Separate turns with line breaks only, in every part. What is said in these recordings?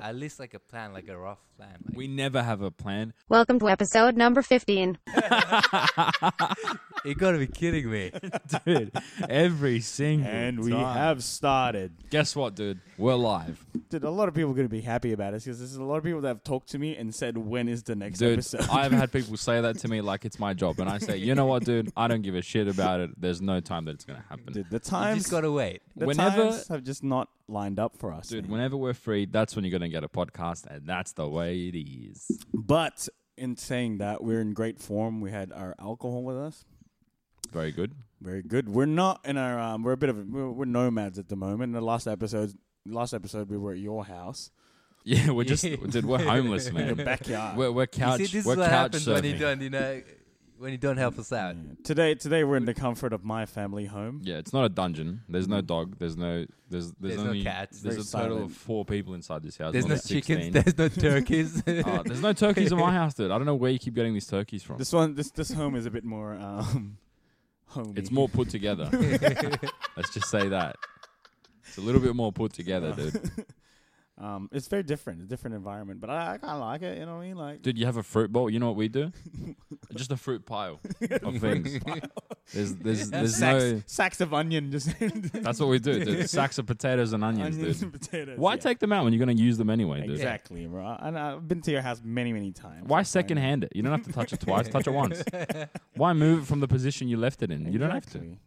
at least like a plan, like a rough plan. Like,
We never have a plan.
Welcome to episode number 15.
you gotta be kidding me.
dude. Every single
And we
time.
have started.
Guess what, dude? We're live,
Dude, a lot of people are going to be happy about this because there's a lot of people that have talked to me and said, when is the next
dude.
episode?
I've had people say that to me like it's my job, and I say, you know what, dude? I don't give a shit about it. There's no time that it's gonna happen, dude.
dude, the
You
times,
just gotta wait.
the
Whenever-
times have just not lined up for us. man.
whenever we're free, that's when you're gonna get a podcast, and that's the way it is.
but in saying that, we're in great form. We had our alcohol with us.
Very good.
Very good. We're not in our. Um, we're a bit of. We're, we're nomads at the moment. The last episode, last episode, we were at your house,
Yeah, we're just, dude, we're homeless,
your
man.
backyard.
We're, we're couch.
you see, this
we're
is what
couch
happens when you
surfing. Mm,
don't, you know, when you don't help us out.
today, today we're in the comfort of my family home.
Yeah, it's not a dungeon. There's no dog. There's no. There's there's,
There's no
only
cats.
There's
Very
a total
silent.
of four people inside this house.
There's
not
no
16.
chickens. There's no turkeys.
Oh, there's no turkeys in my house, dude. I don't know where you keep getting these turkeys from.
This one, this this home is a bit more um, homey.
It's more put together. Let's just say that. It's a little bit more put together, dude.
Um, it's very different, a different environment, but I, I kind of like it. You know what I mean? Like,
Dude, you have a fruit bowl. You know what we do? Just a fruit pile of things. There's, there's, there's
sacks,
no.
sacks of onion, just
That's what we do, dude. Sacks of potatoes and onions,
onions
dude.
and potatoes.
Why
yeah.
take them out when you're gonna use them anyway, dude?
exactly, bro? And I've been to your house many, many times.
Why
It's fine.
second hand it? You don't have to touch it twice. touch it once. Why move it from the position you left it in? You don't have to.
Exactly.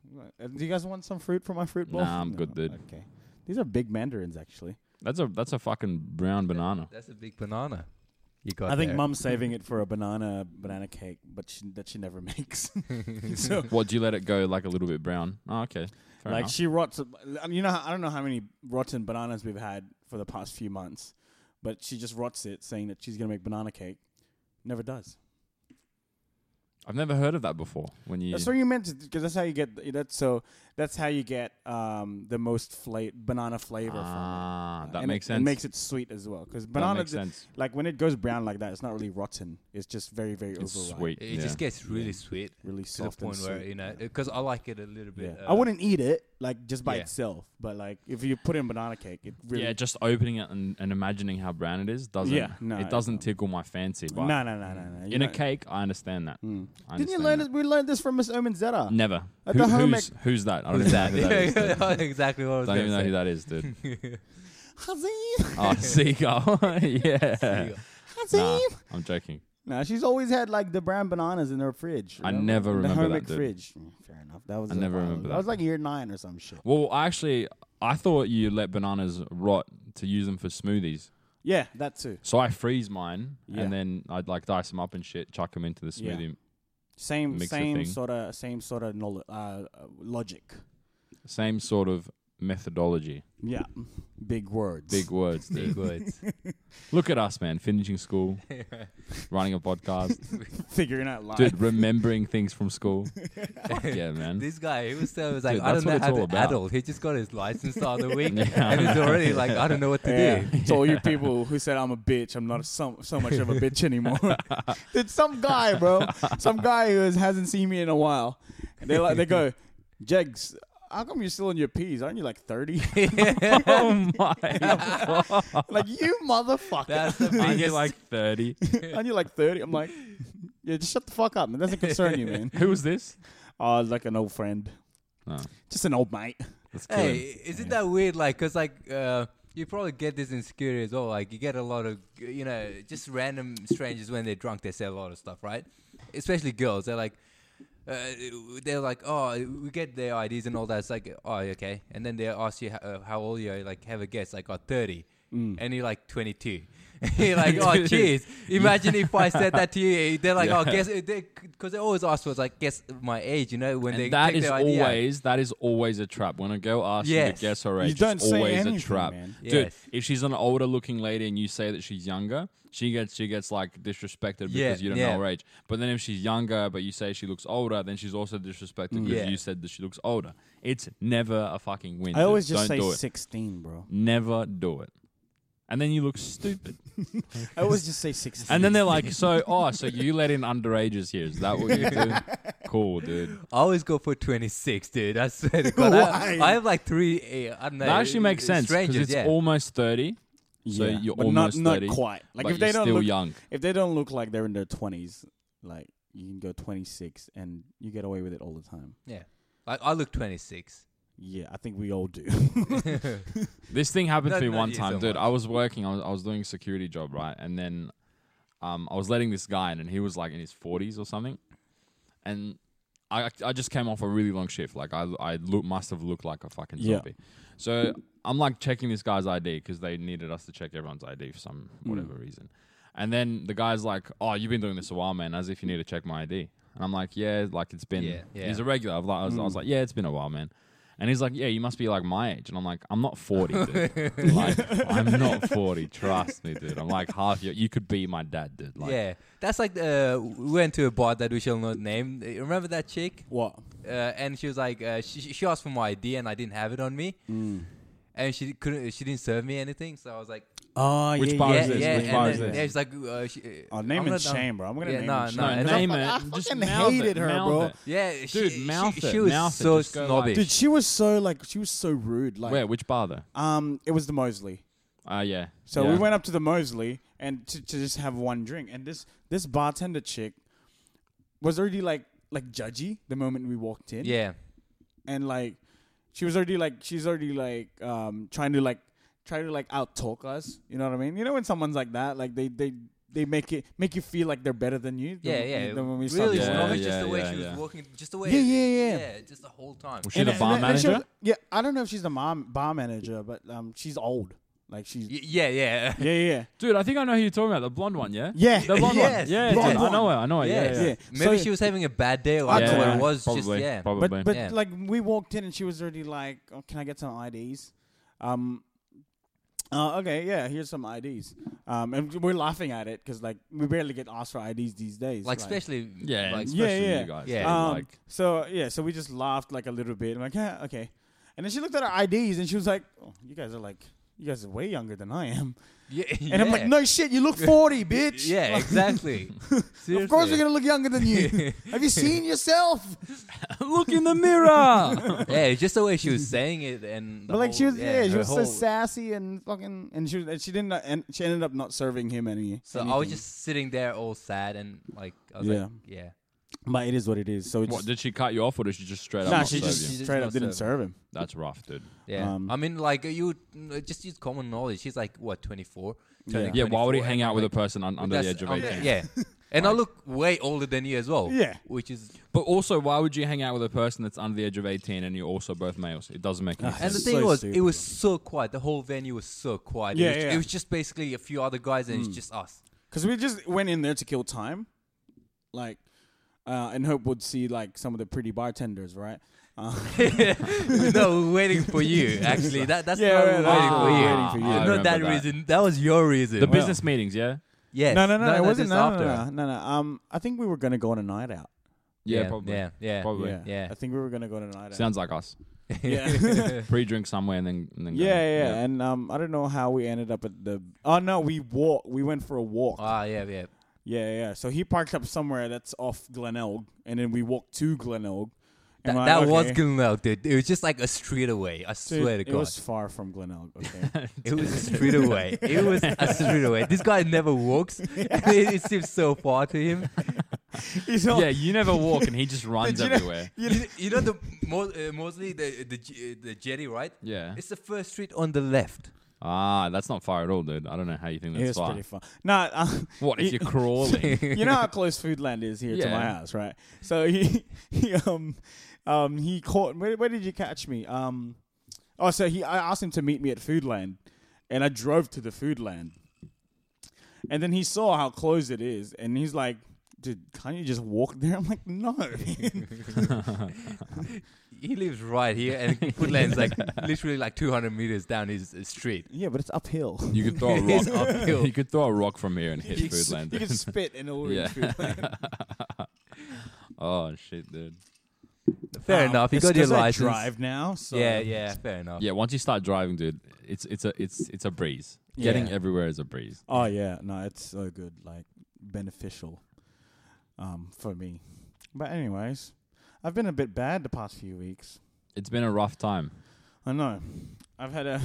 Uh, Do you guys want some fruit from my fruit bowl?
Nah, I'm good, dude.
Okay. These are big mandarins, actually.
That's a that's a fucking brown banana.
That's a big banana. You got
I think
there.
Mum's saving it for a banana banana cake, but she, that she never makes. so,
What? Do you let it go like a little bit brown? Oh, okay. Fair
like,
enough.
she rots. I mean, You know, I don't know how many rotten bananas we've had for the past few months, but she just rots it, saying that she's gonna make banana cake. Never does.
I've never heard of that before. When you
That's what you meant to, because that's how you get that's so that's how you get um the most fla- banana flavor from it.
ah, that
And
makes
it,
sense.
It makes it sweet as well, because
that
banana
makes sense.
like when it goes brown like that, it's not really rotten. It's just very, very
It's
overripe.
sweet.
It
yeah.
just gets really sweet
really
to the
soft
point
and
where
sweet.
you know,
yeah.
because I like it a little bit.
Yeah.
Uh,
I wouldn't eat it like just by
yeah.
itself, but like if you put in banana cake, it really
yeah, just opening it and, and imagining how brown it is doesn't.
Yeah, no,
it doesn't
no.
tickle my fancy. But
no, no, no, no, no. You
in a
know-
cake, I understand that. I
Didn't you
understand
learn
that.
this? We learned this from Miss Omen Zeta.
Never.
At
Who-
the home
who's, who's that? I don't
Who's
even know who that is. dude.
that? exactly what I was
Don't even know who
going
that is, dude.
Hazim,
Oh, seagull. yeah. Nah,
Hazim.
I'm joking.
No, she's always had like the brown bananas in her fridge.
I never
in the
remember
homemade
that, dude.
fridge. Mm, Fair enough. That was
I
a
never
while
remember
ago.
that.
was like year nine or some shit.
Well, actually, I thought you let bananas rot to use them for smoothies.
Yeah, that too.
So I freeze mine
Yeah.
and then I'd like dice them up and shit, chuck them into the
Yeah.
smoothie.
Same,
Mixer
same
thing.
sort of, same sort of knowledge, uh, logic.
Same sort of methodology.
Yeah, big words.
Big words, dude.
Big words.
Look at us, man. Finishing school, running a podcast,
figuring out life.
dude. Remembering things from school. Fuck yeah, man.
This guy, he was so was like,
Dude,
I don't
that's what
know
it's
how
all
to
about.
adult. He just got his license the other week,
Yeah.
and he's already like, I don't know what to
yeah.
do.
to all you people who said I'm a bitch, I'm not so, so much of a bitch anymore. Did some guy, bro, some guy who has, hasn't seen me in a while. They like they go, Jegs, how come you're still in your peas? Aren't you like 30?
oh my!
like you motherfucker.
That's the
I
biggest.
get like thirty.
Aren't you like 30? I'm like, yeah, just shut the fuck up. man. It doesn't concern you, man.
Who was this?
Oh, like an old friend,
Oh,
just an old mate.
let's kill
hey,
him.
isn't that weird? Like, cause like, uh, you probably get this insecurity as well. Like, you get a lot of, you know, just random strangers when they're drunk. They say a lot of stuff, right? Especially girls. They're like. Uh, they're like, oh, we get their IDs and all that. It's like, oh, okay. And then they ask you how, uh, how old you are. Like, have a guess. Like, oh, 30.
Mm.
And you're like 22. you're like, oh,
Dude.
jeez. Imagine if I said that to you. They're like, oh, guess. Because they always ask us, like, guess my age, you know, when they
And that
take
is
their ID out.
always that is always a trap. When a girl asks you
Yes.
to guess her age,
You don't
it's
say
always
anything,
a trap.
man.
Dude,
Yes.
if she's an older looking lady and you say that she's younger, she gets she gets like disrespected
Yeah,
because you don't
yeah.
know her age. But then if she's younger but you say she looks older, then she's also disrespected because
Yeah.
you said that she looks older. It's never a fucking win.
I always
dude.
just
don't do
say
it.
16, bro.
Never do it. And then you look stupid.
I always just say 16.
And then they're like, "So, oh, so you let in underages here? Is that what you do? cool, dude.
I always go for 26, dude. I swear to God.
Why?
I, I have like three, eh, I don't know.
That actually makes sense because
Strangers,
it's
yeah.
almost 30 So you're
but
almost
not,
30,
Not quite. Like
but
if they
you're
don't
still
look,
young.
if they don't look like they're in their twenties, like you can go twenty six and you get away with it all the time.
Yeah. Like I look 26.
Yeah, I think we all do.
This thing happened
No,
to me
no,
one
you
time,
don't
dude.
mind.
I was working, I was, I was doing security job, right? And then um, I was letting this guy in, and he was like in his 40s or something. And I, I just came off a really long shift. Like, I, I look, must have looked like a fucking
Yeah.
zombie. So I'm like checking this guy's ID because they needed us to check everyone's ID for some whatever reason. And then the guy's like, Oh, you've been doing this a while, man, as if you need to check my ID. And I'm like, Yeah, like it's been,
Yeah, yeah.
he's a regular. I've like- I was,
Hmm.
I was like, Yeah, it's been a while, man. And he's like, Yeah, you must be like my age. And I'm like, I'm not 40, dude. like, I'm not 40. Trust me, dude. I'm like half your, you could be my dad, dude. Like,
yeah. That's like uh, we went to a bar that we shall not name. Uh, Remember that chick?
what?
Uh, and she was like, uh, she, she asked for my ID and I didn't have it on me.
Mm.
And she couldn't, she didn't serve me anything. So I was like,
Oh,
Which
yeah,
bar
yeah,
is this?
yeah.
Which
and
bar is
then-
this?
Yeah, she's like, uh, she,
Oh, name
I'm
and
not-
shame, bro. I'm gonna
yeah,
name
no,
and
no,
shame.
No,
and
name
I
it.
fucking
Just
hated her, bro.
Yeah, she,
Dude,
she-
mouth
she,
it,
was
mouth it,
so
just go like-
snobbish.
Dude, she was so like she was so rude. Like,
Where? Which bar though?
um, it was the Mosley.
Ah, yeah.
So
Yeah.
we went up to the Mosley and to, to just have one drink. And this this bartender chick was already like like judgy the moment we walked in.
yeah,
and like she was already like she's already like um trying to like try to like out talk us. You know what I mean? You know when someone's like that, like they they they make it make you feel like they're better than you. the-
yeah, yeah.
the- when we start
really
Yeah,
talking.
snobbish, just
yeah,
the way
yeah,
she was
yeah.
walking, just the way.
Yeah, yeah, yeah.
just the whole time.
Was she the
And-
bar
and- and she
manager?
was- yeah, I don't know if she's the mom bar manager, but um, she's old. Like she's
Y- yeah, yeah.
yeah, yeah,
Dude, I think I know who you're talking about. The blonde one, yeah?
yeah.
The blonde
Yes,
one. Yeah,
blonde
dude, I know her. I know her. Yeah,
Yes.
yeah.
Yeah.
Maybe
So-
she was having a bad day. Like,
Yeah,
I don't know what
yeah,
it was.
probably,
Just yeah.
Probably.
But but
Yeah.
like we walked in and she was already like, oh, "Can I get some IDs?" Um, uh, okay, yeah, here's some IDs. Um, and we're laughing at it because like we barely get asked for IDs these days.
Like
right?
especially.
yeah,
Like,
Yeah,
especially
yeah.
you guys.
Yeah.
dude,
Um,
like,
so yeah, so we just laughed like a little bit. I'm like, yeah, okay. And then she looked at our IDs and she was like, oh, "You guys are like, you guys are way younger than I am."
yeah.
And I'm like, "No shit, you look 40, bitch."
Yeah, exactly.
Of course, we're gonna look younger than you. Have you seen yourself?
look in the mirror.
Yeah, it's just the way she was saying it, and the
But like she
whole-
was, yeah, she
her
was so
whole-
sassy and fucking, and she was, and she didn't, and she ended up not serving him any.
So I was
anything.
just sitting there all sad and like, I was
Yeah.
like, yeah.
but it is what it is. So it's
what,
just,
did she cut you off or did she just straight up
nah,
not
she
serve
just
you?
She just
straight up
not
didn't
serve
serve him.
That's rough, dude.
Yeah,
Um,
I mean, like you uh, just use common knowledge. He's like what twenty four.
Yeah,
Yeah, why would he hang out with a person un- under the age of 18?
Yeah, and I look way older than you as well.
Yeah.
which is
But also, why would you hang out with a person that's under the age of 18 and you're also both males? It doesn't make any
and
sense.
the
It's
thing
so
was, it
stupid.
was so quiet. The whole venue was so quiet.
Yeah,
it, was,
yeah.
it was just basically a few other guys
Hmm.
and it's just us.
Because we just went in there to kill time, like, uh, and hope would see like some of the pretty bartenders, right? Uh,
no, we're waiting for you. Actually, that that's
Yeah, yeah,
why we're
that's
waiting
why
for
we're
you.
waiting for you.
Ah, I
Not that,
remember
reason. That was your reason.
The business meetings, yeah?
yes.
no, no, no, it wasn't.
just
No, no,
after.
no, no, no. Um, I think we were gonna go on a night out.
Yeah, probably.
Yeah, yeah.
Probably.
Yeah,
Yeah.
I think we were gonna go on a night out.
Sounds like us.
yeah.
Pre-drink somewhere and then, and then go.
Yeah, yeah, and um, I don't know how we ended up at the. Oh no, we walk. We went for a walk.
Ah, yeah, yeah.
yeah, yeah. So he parked up somewhere that's off Glenelg, and then we walked to Glenelg.
That,
And we're like,
that was
okay.
Glenelg, dude. It was just like a street away. I
Dude,
swear to God,
It was far from Glenelg. Okay.
a street away. It was a street away. This guy never walks. and it, it seems so far to him.
He's all-
Yeah, you never walk and he just runs everywhere.
You, kn- you know the Mo- uh, Mosley, the the J- uh, the jetty, right?
Yeah.
It's the first street on the left.
Ah, that's not far at all, dude. I don't know how you think
It
that's
was
far.
pretty far. Nah, uh,
What if
He-
you're crawling?
you know how close Foodland is here to
Yeah.
my house, right? So he, he um, um, he caught. Where, where did you catch me? Um, oh, so he. I asked him to meet me at Foodland, and I drove to the Foodland, and then he saw how close it is, and he's like, "Dude, can't you just walk there?" I'm like, "No."
He lives right here, and Woodland's like literally like 200 meters down his uh, street.
yeah, but it's uphill.
you could throw a
It's
rock.
uphill.
you could throw a rock from here and hit
You can s-
Foodland.
You
dude.
can spit and it'll reach
Yeah.
Foodland.
oh shit, dude.
Fair
Um,
enough. You
it's
got your
'cause I
license.
drive now, so
Yeah, yeah. Fair enough.
Yeah, once you start driving, dude, it's it's a it's it's a breeze. Getting
Yeah.
everywhere is a breeze.
Oh yeah, no, it's so good, like beneficial, um, for me. But anyways, I've been a bit bad the past few weeks.
It's been a rough time.
I know. I've had a.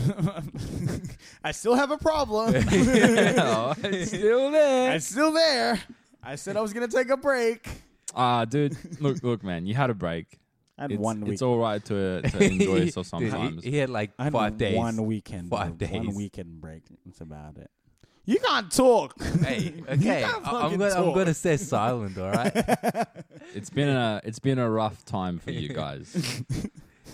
I still have a problem.
Oh, it's still there.
it's still there. I said I was gonna take a break.
Ah, dude, look, look, man, you had a break.
I had
It's,
one week.
it's all right to, to enjoy yourself
Dude, he-
sometimes.
he, had like
I had
five days.
One weekend.
Five
bro. One
days.
weekend break. That's about it. You can't talk.
Hey, okay, I,
can't
I'm
fucking
gonna I'm
talk.
gonna stay silent. All right.
It's been a it's been a rough time for you guys.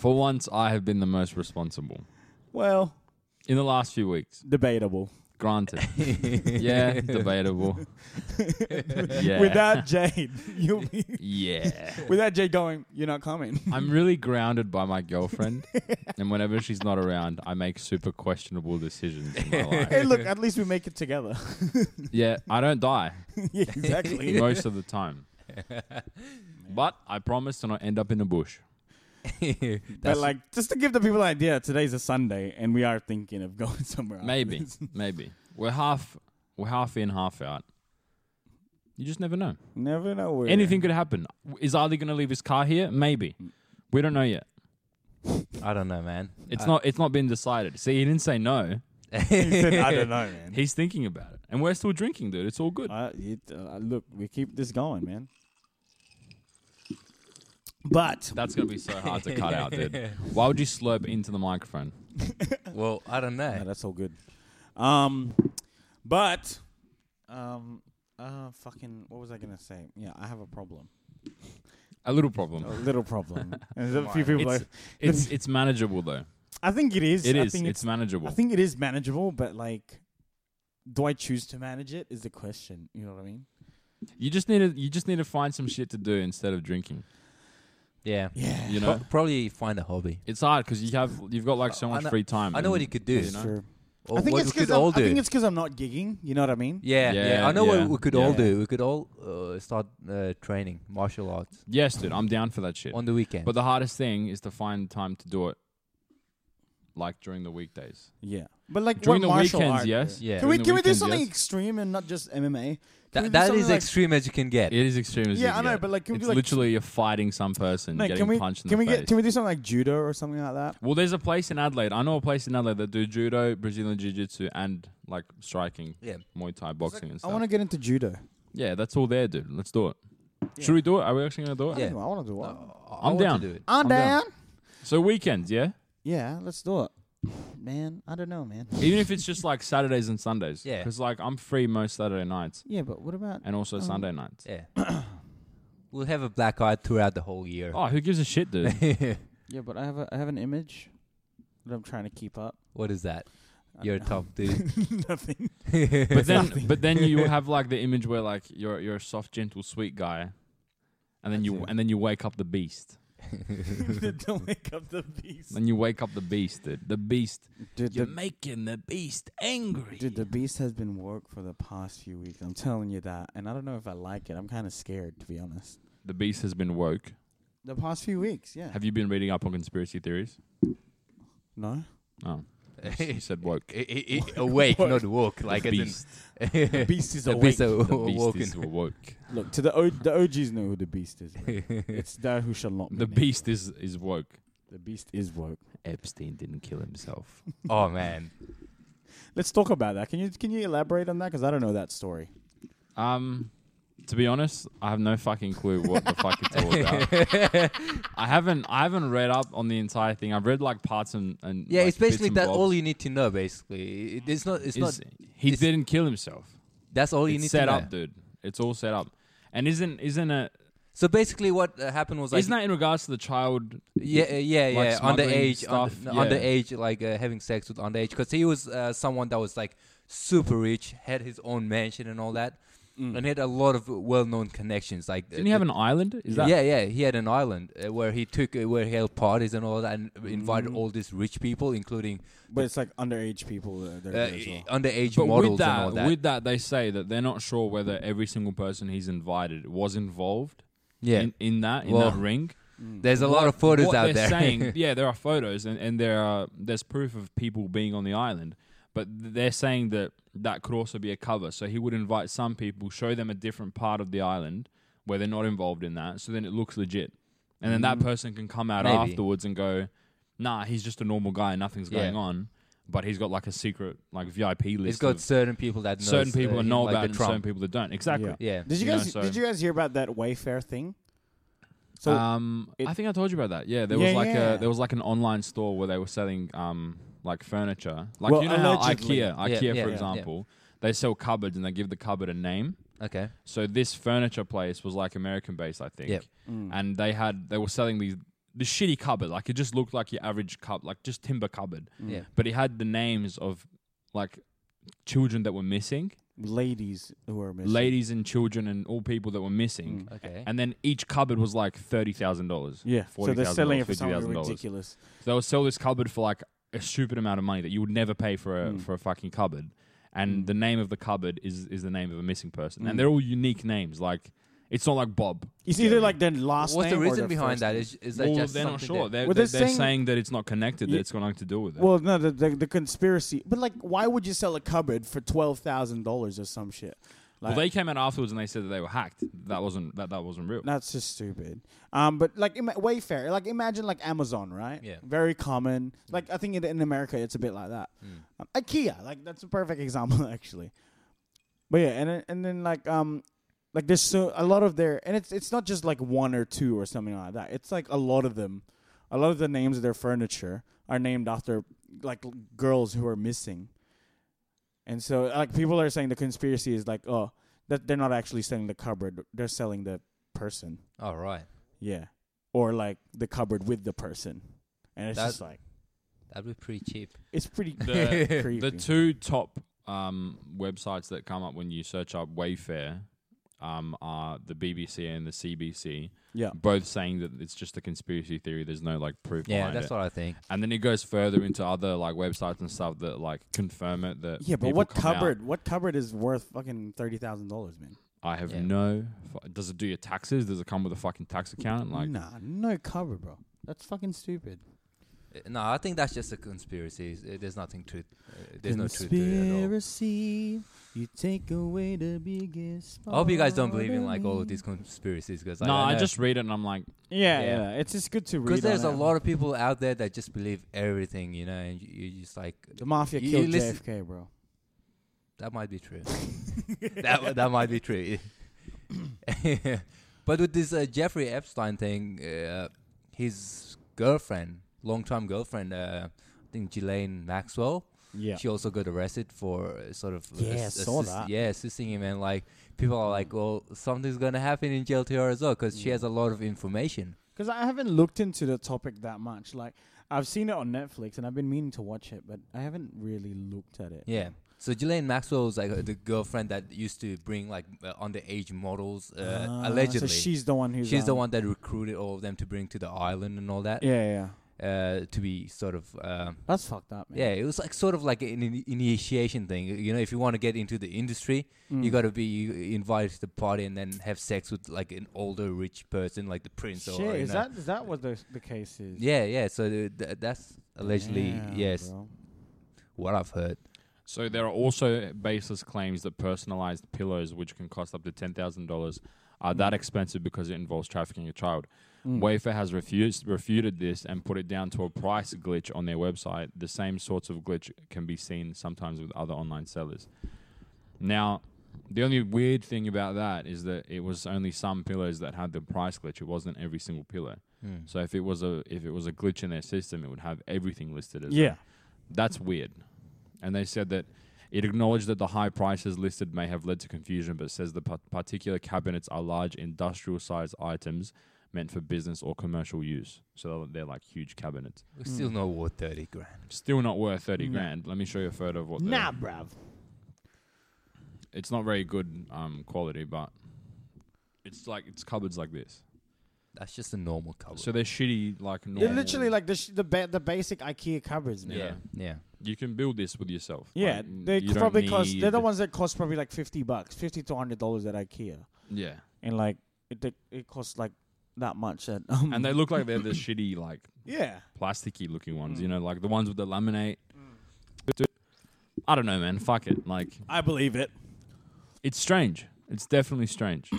for once, I have been the most responsible
well,
in the last few weeks.
debatable.
Granted, yeah, debatable. yeah,
Without Jade, you'll be.
yeah.
Without Jade going, you're not coming.
I'm really grounded by my girlfriend, and whenever she's not around, I make super questionable decisions in my life.
hey, look. At least we make it together.
Yeah, I don't die
yeah, exactly.
most of the time, but I promise to not end up in the bush.
but like, just to give the people an idea, today's a Sunday, and we are thinking of going somewhere. after
Maybe,
this.
maybe we're half we're half in, half out. You just never know.
Never know where.
Anything could happen. Is Ali going to leave his car here? Maybe. We don't know yet.
I don't know, man.
It's
I-
not. It's not been decided. See, he didn't say no.
He said, I don't know, man.
He's thinking about it, and we're still drinking, dude. It's all good.
Uh, it, uh, look, we keep this going, man. But
That's gonna be so hard to cut out, dude. Why would you slurp into the microphone?
Well, I don't
No,
know.
that's all good. Um, but um, uh, fucking, what was I gonna say? Yeah, I have a problem,
A little
a
problem.
little problem. And there's a few people.
It's
like-
it's it's manageable though.
I think it is.
It
I
is.
Think
It's manageable.
I think it is manageable, but like, do I choose to manage it? Is the question. You know what I mean?
You just need to you just need to find some shit to do instead of drinking.
Yeah.
Yeah,
You
Pro-
know,
probably find a hobby.
it's hard because you have you've got like so
I
much
know-
free time.
I know what
and-
you could do.
you know?
Sure.
Or
I think
what
it's
we could
because
all
I
do.
think it's because I'm not gigging. You know what I mean?
yeah, yeah,
Yeah,
I know
yeah,
what we could all
yeah.
do. We could all uh, start uh, training martial arts
Yes, dude. I'm down for that shit.
on the weekend.
But the hardest thing is to find time to do it, like during the weekdays.
Yeah, but like
During
what
the
martial
weekends,
art-
yes.
Yeah.
Can we
During the
can we do
weekends,
something
yes.
extreme and not just MMA? Can we
That,
do
that
something
is
like-
extreme as you can get.
It is extreme. As
Yeah,
you
I know,
get.
but, like, can we
it's
do, like-
literally you're fighting some person,
No,
getting
can we
punched in
can
the
we
face.
get can we do something like judo or something like that?
well, there's a place in Adelaide. I know a place in Adelaide that do judo, Brazilian jiu-jitsu, and like striking,
Yeah.
Muay Thai, boxing, and
I
stuff.
want to get into judo.
yeah, that's all there, dude. Let's do it. Should we do it? Are we actually gonna do it?
Yeah.
I want to do it.
I
I'm
want to
down.
do it.
I'm,
I'm
down.
down. So weekends, yeah.
Yeah, let's do it, man. I don't know, man.
Even if it's just like Saturdays and Sundays.
Yeah.
Because like I'm free most Saturday nights
Yeah, but what about?
and also Sunday nights.
Yeah. we'll have a black eye throughout the whole year.
Oh, who gives a shit, dude?
Yeah, but I have a, I have an image that I'm trying to keep up.
what is that? You're a top dude.
Nothing.
but then but then you have like the image where like you're you're a soft, gentle, sweet guy. And then
That's
you
it.
and then you wake up the beast.
don't wake up the beast.
Then you wake up the beast, dude. The beast.
Dude,
You're
the,
making the beast angry.
dude, the beast has been worked for the past few weeks. I'm telling you that, and I don't know if I like it. I'm kind of scared, to be honest.
The beast has been woke.
The past few weeks, yeah.
Have you been reading up on conspiracy theories?
no.
Oh. You said woke.
I- I- I- awake, not walk. Like
the
as in-
beast.
the
Beast is awake.
beast are
The beast
walking.
is woke.
Look, to the o- the OGs know who the beast is. bro. it's thou who shall not be
The
named.
beast is, is woke.
The beast is woke.
Epstein didn't kill himself.
oh man,
Let's talk about that. Can you can you elaborate on that? Because I don't know that story.
Um, to be honest, I have no fucking clue what the fuck it's all about. I haven't, I haven't read up on the entire thing. I've read like parts and, and
yeah.
like,
it's basically
bits
that
and
all
bobs.
you need to know. Basically, It- it's not. It's not.
Is- he
it's-
didn't kill himself.
That's all you
it's
need to
set
know.
up, dude. It's all set up. And isn't isn't it?
So basically, what uh, happened was like,
not that in regards to the child?
yeah, uh, yeah,
like
yeah,
smuggling
underage,
stuff?
under,
Yeah.
underage, like uh, having sex with underage, because he was uh, someone that was like super rich, had his own mansion and all that,
Mm.
and had a lot of well-known connections. Like, uh,
Didn't he have an island? Is that
yeah, yeah, he had an island uh, where he took uh, where he held parties and all that, and
Mm.
invited all these rich people, including
But it's like underage people. Uh,
uh,
there as well.
underage
But
models
with that,
and all that.
with that, they say that they're not sure whether every single person he's invited was involved
yeah,
in, in that in
Well,
that ring.
there's a lot of photos
what
out
they're
there.
saying, yeah, there are photos, and, and there are there's proof of people being on the island. But they're saying that that could also be a cover. So he would invite some people, show them a different part of the island where they're not involved in that. So then it looks legit, and then that person can come out
Mm. Maybe.
afterwards and go, nah, he's just a normal guy, nothing's
Yeah.
going on. But he's got like a secret like VIP list.
It's got
of
certain people that knows,
certain people
uh,
that
him,
know
like
about
the
it and
Trump.
certain people that don't. Exactly.
Yeah.
Yeah.
Did you,
You know,
guys
so-
did you guys hear about that Wayfair thing? So
um,
it-
I think I told you about that. Yeah, there
Yeah,
was like
yeah.
a there was like an online store where they were selling um like furniture. Like
Well,
you know how
allegedly.
IKEA, IKEA
yeah, yeah.
for example, they sell cupboards and they give the cupboard a name.
Okay.
So this furniture place was like American based, I think.
Yep.
Mm.
And they had they were selling these the shitty cupboard, like it just looked like your average cup, like just timber cupboard.
Yeah.
But it had the names of like children that were missing,
ladies who are missing. Mm.
ladies and children and all people that were missing.
Okay.
And then each cupboard was like thirty thousand dollars.
Yeah, so
forty
they're
thousand
selling it for
dollars,
something
fifty thousand dollars. So
ridiculous.
they would sell this cupboard for like a stupid amount of money that you would never pay for a for a fucking cupboard. And the name of the cupboard is is the name of a missing person. And they're all unique names. Like it's not like Bob.
It's either like their last
What's the
name or
reason
their
behind
first
that?
name.
Is, is that
Well,
just
they're not
something
sure.
that-
They're,
Well,
they're,
they're
they're
saying-
saying, that it's not connected.
Yeah.
That it's got nothing to do with it.
Well, no, the, the the conspiracy. But like, why would you sell a cupboard for twelve thousand dollars or some shit?
Well, they came out afterwards and they said that they were hacked. That wasn't that, that wasn't real.
That's just stupid. Um, but like ima- Wayfair, like imagine like Amazon, right?
Yeah.
Very common. Like I think in, in America it's a bit like that.
hmm,
Um, IKEA, like that's a perfect example actually. But yeah, and then- and then like um, like there's so a lot of their, and it's it's not just like one or two or something like that. It's like a lot of them, a lot of the names of their furniture are named after like l- girls who are missing. And so like people are saying the conspiracy is like oh that they're not actually selling the cupboard, they're selling the person.
Oh right,
Yeah. Or like the cupboard with the person. And it's
That-
just like
that'd be pretty cheap.
it's pretty
The-
creepy.
The two top um, websites that come up when you search up Wayfair um, are the BBC and the CBC,
yeah.
both saying that it's just a conspiracy theory. There's no like proof
Yeah,
behind
that's
it.
what I think.
and then it goes further into other like websites and stuff that like confirm it. That
Yeah, but
people
what
come out-
cupboard? What cupboard is worth fucking thirty thousand dollars, man?
I have
Yeah.
no. fu- Does it do your taxes? Does it come with a fucking tax accountant? Like,
nah, no cupboard, bro. That's fucking stupid.
Uh, No, I think that's just a conspiracy. It's- uh, There's nothing truth. Uh, there's no truth
Conspiracy. You take away the biggest.
to it at all. I hope you guys don't believe in like all of these conspiracies because
no, I just read it and I'm like,
Yeah, yeah.
Yeah.
It's just good to read.
because there's
on
a
it.
lot of people out there that just believe everything, you know, and you, you just like
The mafia
You- you
killed
listen-
JFK, bro.
That might be true. that that might be true. but with this uh, Jeffrey Epstein thing, uh, his girlfriend, long-time girlfriend, uh, I think Ghislaine Maxwell,
Yeah.
she also got arrested for uh, sort of
Yeah, I saw that.
yeah assisting him and like people are like, well, something's gonna happen in jail to her as well because she has a lot of information.
Because I haven't looked into the topic that much. Like I've seen it on Netflix and I've been meaning to watch it, but I haven't really looked at it.
Yeah. So Ghislaine Maxwell was like uh, the girlfriend that used to bring like uh, underage models, uh,
Ah,
allegedly.
So she's the one who's
She's the
um,
one that recruited all of them to bring to the island and all that.
Yeah, yeah, yeah.
Uh, to be sort of. Um,
That's fucked up, man.
yeah, it was like sort of like an in- initiation thing. You know, if you want to get into the industry,
Mm.
you got to be invited to the party and then have sex with like an older rich person, like the prince.
Shit,
or, you
is
know.
that is that what the the case is?
Yeah, yeah. So th- th- that's allegedly
Damn,
yes,
bro.
what I've heard.
So there are also baseless claims that personalized pillows, which can cost up to ten thousand dollars, are
Mm.
that expensive because it involves trafficking a child. Wayfair has refused refuted this and put it down to a price glitch on their website. The same sorts of glitch can be seen sometimes with other online sellers. Now, the only weird thing about that is that it was only some pillows that had the price glitch. It wasn't every single pillow.
Hmm.
So if it was a if it was a glitch in their system, it would have everything listed as
Yeah.
that's weird. And they said that it acknowledged that the high prices listed may have led to confusion, but says the par- particular cabinets are large industrial sized items meant for business or commercial use. So they're like huge cabinets.
We're still
Hmm.
not worth thirty grand.
Still not worth 30
Nah.
grand. Let me show you a photo of what the-
Nah, bruv.
It's not very good um, quality, but it's like it's cupboards like this.
That's just a normal cover.
So they're shitty like normal.
They're literally like the sh- the ba- the basic IKEA cupboards, man.
yeah, yeah.
you can build this with yourself.
Yeah,
Like,
they
you don't
probably cost. They're the
need-
ones that cost probably like fifty bucks, fifty to hundred dollars at IKEA,
Yeah.
and like it it- it costs like that much at. Um,
And they look like they're the shitty like
yeah,
plasticky looking ones,
Mm.
you know, like the ones with the laminate. Dude, I don't know, man. Fuck it. Like,
I believe it.
it's strange. It's definitely strange.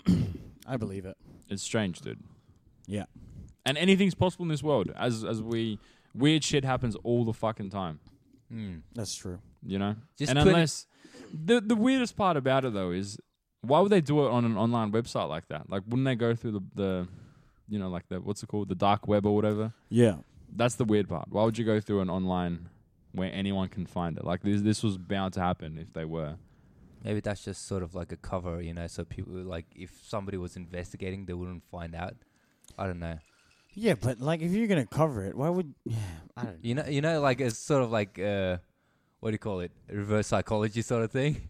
I believe it.
it's strange, dude.
Yeah.
And anything's possible in this world, as as we Weird shit happens all the fucking time.
Hmm.
That's true.
You know,
Just
and
put it-
unless the the weirdest part about it though is why would they do it on an online website like that? Like, wouldn't they go through the the you know like the what's it called the dark web or whatever?
Yeah.
That's the weird part. Why would you go through an online where anyone can find it? Like this this was bound to happen if they were.
Maybe that's just sort of like a cover, you know, so people like if somebody was investigating, they wouldn't find out. I don't know.
Yeah, but like if you're gonna cover it, why would? Yeah, I don't.
You know, you know, like it's sort of like uh, what do you call it? Reverse psychology sort of thing.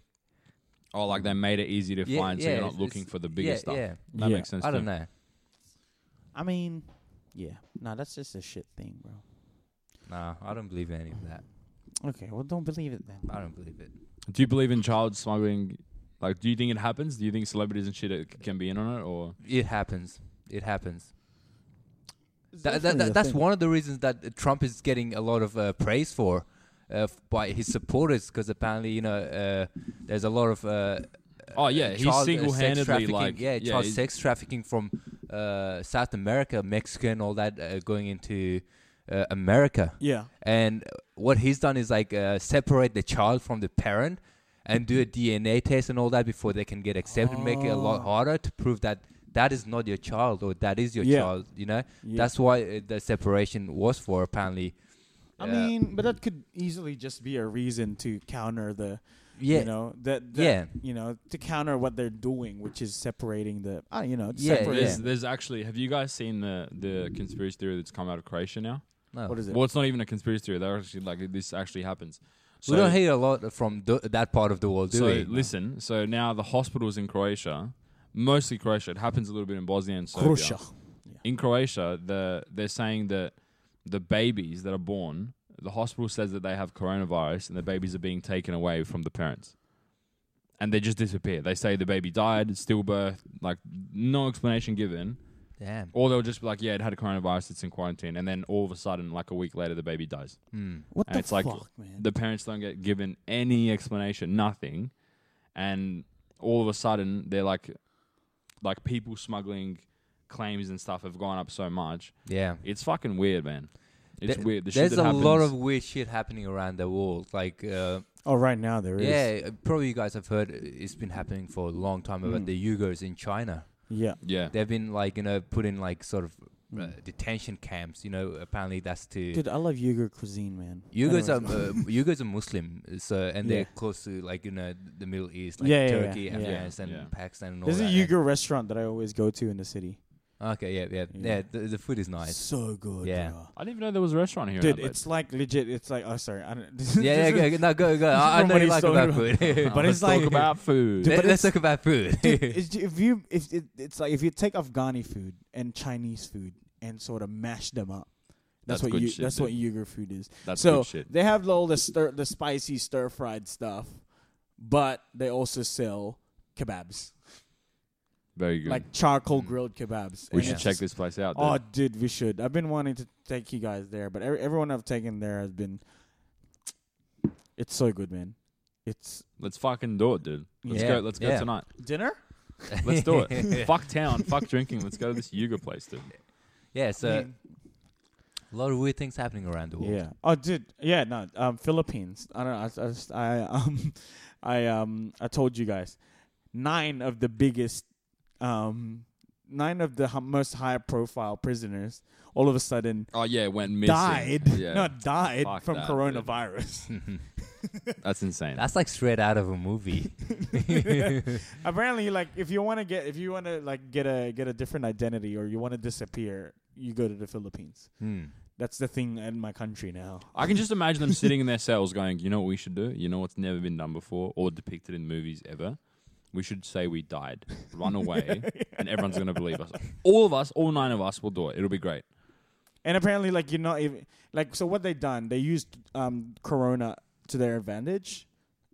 Oh, like they made it easy to
Yeah,
find, so
yeah,
you're not
it's-
looking
it's-
for the bigger
yeah,
stuff.
yeah.
That
Yeah.
makes sense.
I
too.
don't know.
I mean, yeah. No, that's just a shit thing, bro.
No, I don't believe any of that.
Okay, well, don't believe it then.
I don't believe it.
Do you believe in child smuggling? Like, do you think it happens? Do you think celebrities and shit uh, c- can be in on it, or
It happens. It happens. That, that, that, that's one of the reasons that Trump is getting a lot of uh, praise for uh, f- by his supporters because apparently, you know, uh, there's a lot of. Uh,
Oh, yeah, he's
child, uh, sex
single-handedly,
trafficking-
like-
yeah,
yeah,
child
he's-
sex trafficking from uh, South America, Mexico, and all that uh, going into uh, America.
Yeah.
And what he's done is like uh, separate the child from the parent and do a DNA test and all that before they can get accepted, make it a
Oh.
lot harder to prove that that is not your child or that is your
Yeah.
child. You know,
Yeah.
that's why uh, the separation was for apparently.
I
Yeah.
mean, but that could easily just be a reason to counter the,
Yeah,
you know, that, that
Yeah.
you know, to counter what they're doing, which is separating the, uh, you know,
Yeah,
separating.
there's, there's actually have you guys seen the the conspiracy theory that's come out of Croatia now?
no.
What is it?
Well, it's not even a conspiracy theory. They're actually like this actually happens. So,
we don't hear a lot from th- that part of the world, do
so
we?
listen. So now the hospitals in Croatia, mostly Croatia. It happens a little bit in Bosnia and Serbia.
Croatia.
in Croatia, the they're saying that the babies that are born, the hospital says that they have coronavirus, and the babies are being taken away from the parents, and they just disappear. They say the baby died, it's stillbirth, like no explanation given,
Damn.
or they'll just be like, yeah, it had a coronavirus, it's in quarantine, and then all of a sudden, like a week later, the baby dies,
Mm.
What
and
the
it's
fuck,
like
man?
the parents don't get given any explanation, nothing, and all of a sudden they're like, like people smuggling claims and stuff have gone up so much
Yeah.
it's fucking weird, man. It's
Th-
weird. The shit
There's
that
a lot
happens-
of weird shit happening around the world. Like, uh,
oh, right now there is.
yeah, probably you guys have heard uh, it's been happening for a long time about
Hmm.
Mm.
the Uyghurs in China.
Yeah.
yeah.
They've been like you know put in like sort of uh,
Mm.
detention camps. You know, apparently that's to
Dude, I love Uyghur cuisine, man.
Uyghurs are
Anyways.
uh, Uyghurs are Muslim, so and
Yeah.
they're close to like you know the Middle East, like
Yeah, yeah, yeah,
Turkey,
yeah.
Afghanistan,
Yeah.
Pakistan, and all
There's a
that.
Uyghur restaurant that I always go to in the city.
Okay, yeah, yeah,
Yeah.
yeah. the, the food is nice.
So good.
Yeah.
bro.
I didn't even know there was a restaurant here. in
Dude,
Adelaide.
it's like legit. It's like oh, sorry. I don't. this
yeah, yeah,
is-
go, go- no, go, go.
this
I, I
is
know
what
you
he's
like
talking
about
about. But
food,
Let's
it's like-
talk about food.
Dude,
Let,
but
us
it's-
talk about food.
Dude, it's- if you if it, it's like if you take Afghani food and Chinese food and sort of mash them up, that's,
That's
what
good
you,
shit,
that's
dude.
what Uyghur food is.
That's
so
good shit.
they have all the stir the spicy stir fried stuff, but they also sell kebabs
Very good. Mm.
like charcoal grilled kebabs.
we
And
should
it's
check
just-
this place out. Dude.
Oh, dude, we should. I've been wanting to take you guys there, but every, everyone I've taken there has been. It's so good, man. It's
let's fucking do it, dude. Let's
Yeah,
go. Let's go
yeah.
tonight.
dinner.
Let's do it. fuck town. Fuck drinking. Let's go to this Yuga place, dude.
yeah, so a lot of weird things happening around the world.
Yeah. Oh, dude. Yeah. No. Um, Philippines. I don't know. I, s- I, s- I, um, I um, I told you guys, nine of the biggest, um, nine of the h- most high-profile prisoners all of a sudden
Oh yeah, it went missing.
died.
Yeah,
Not died
Fuck
from
that, dude.
coronavirus.
that's insane.
That's like straight out of a movie.
Apparently, like if you want to get if you want to like get a get a different identity or you want to disappear, you go to the Philippines.
Hmm.
That's the thing in my country now.
I can just imagine them sitting in their cells, going, "You know what we should do? You know what's never been done before or depicted in movies ever? We should say we died, run away, and everyone's gonna believe us. All of us, all nine of us, will do it. It'll be great.
And apparently, like you're not even like so. What they done? They used um Corona to their advantage.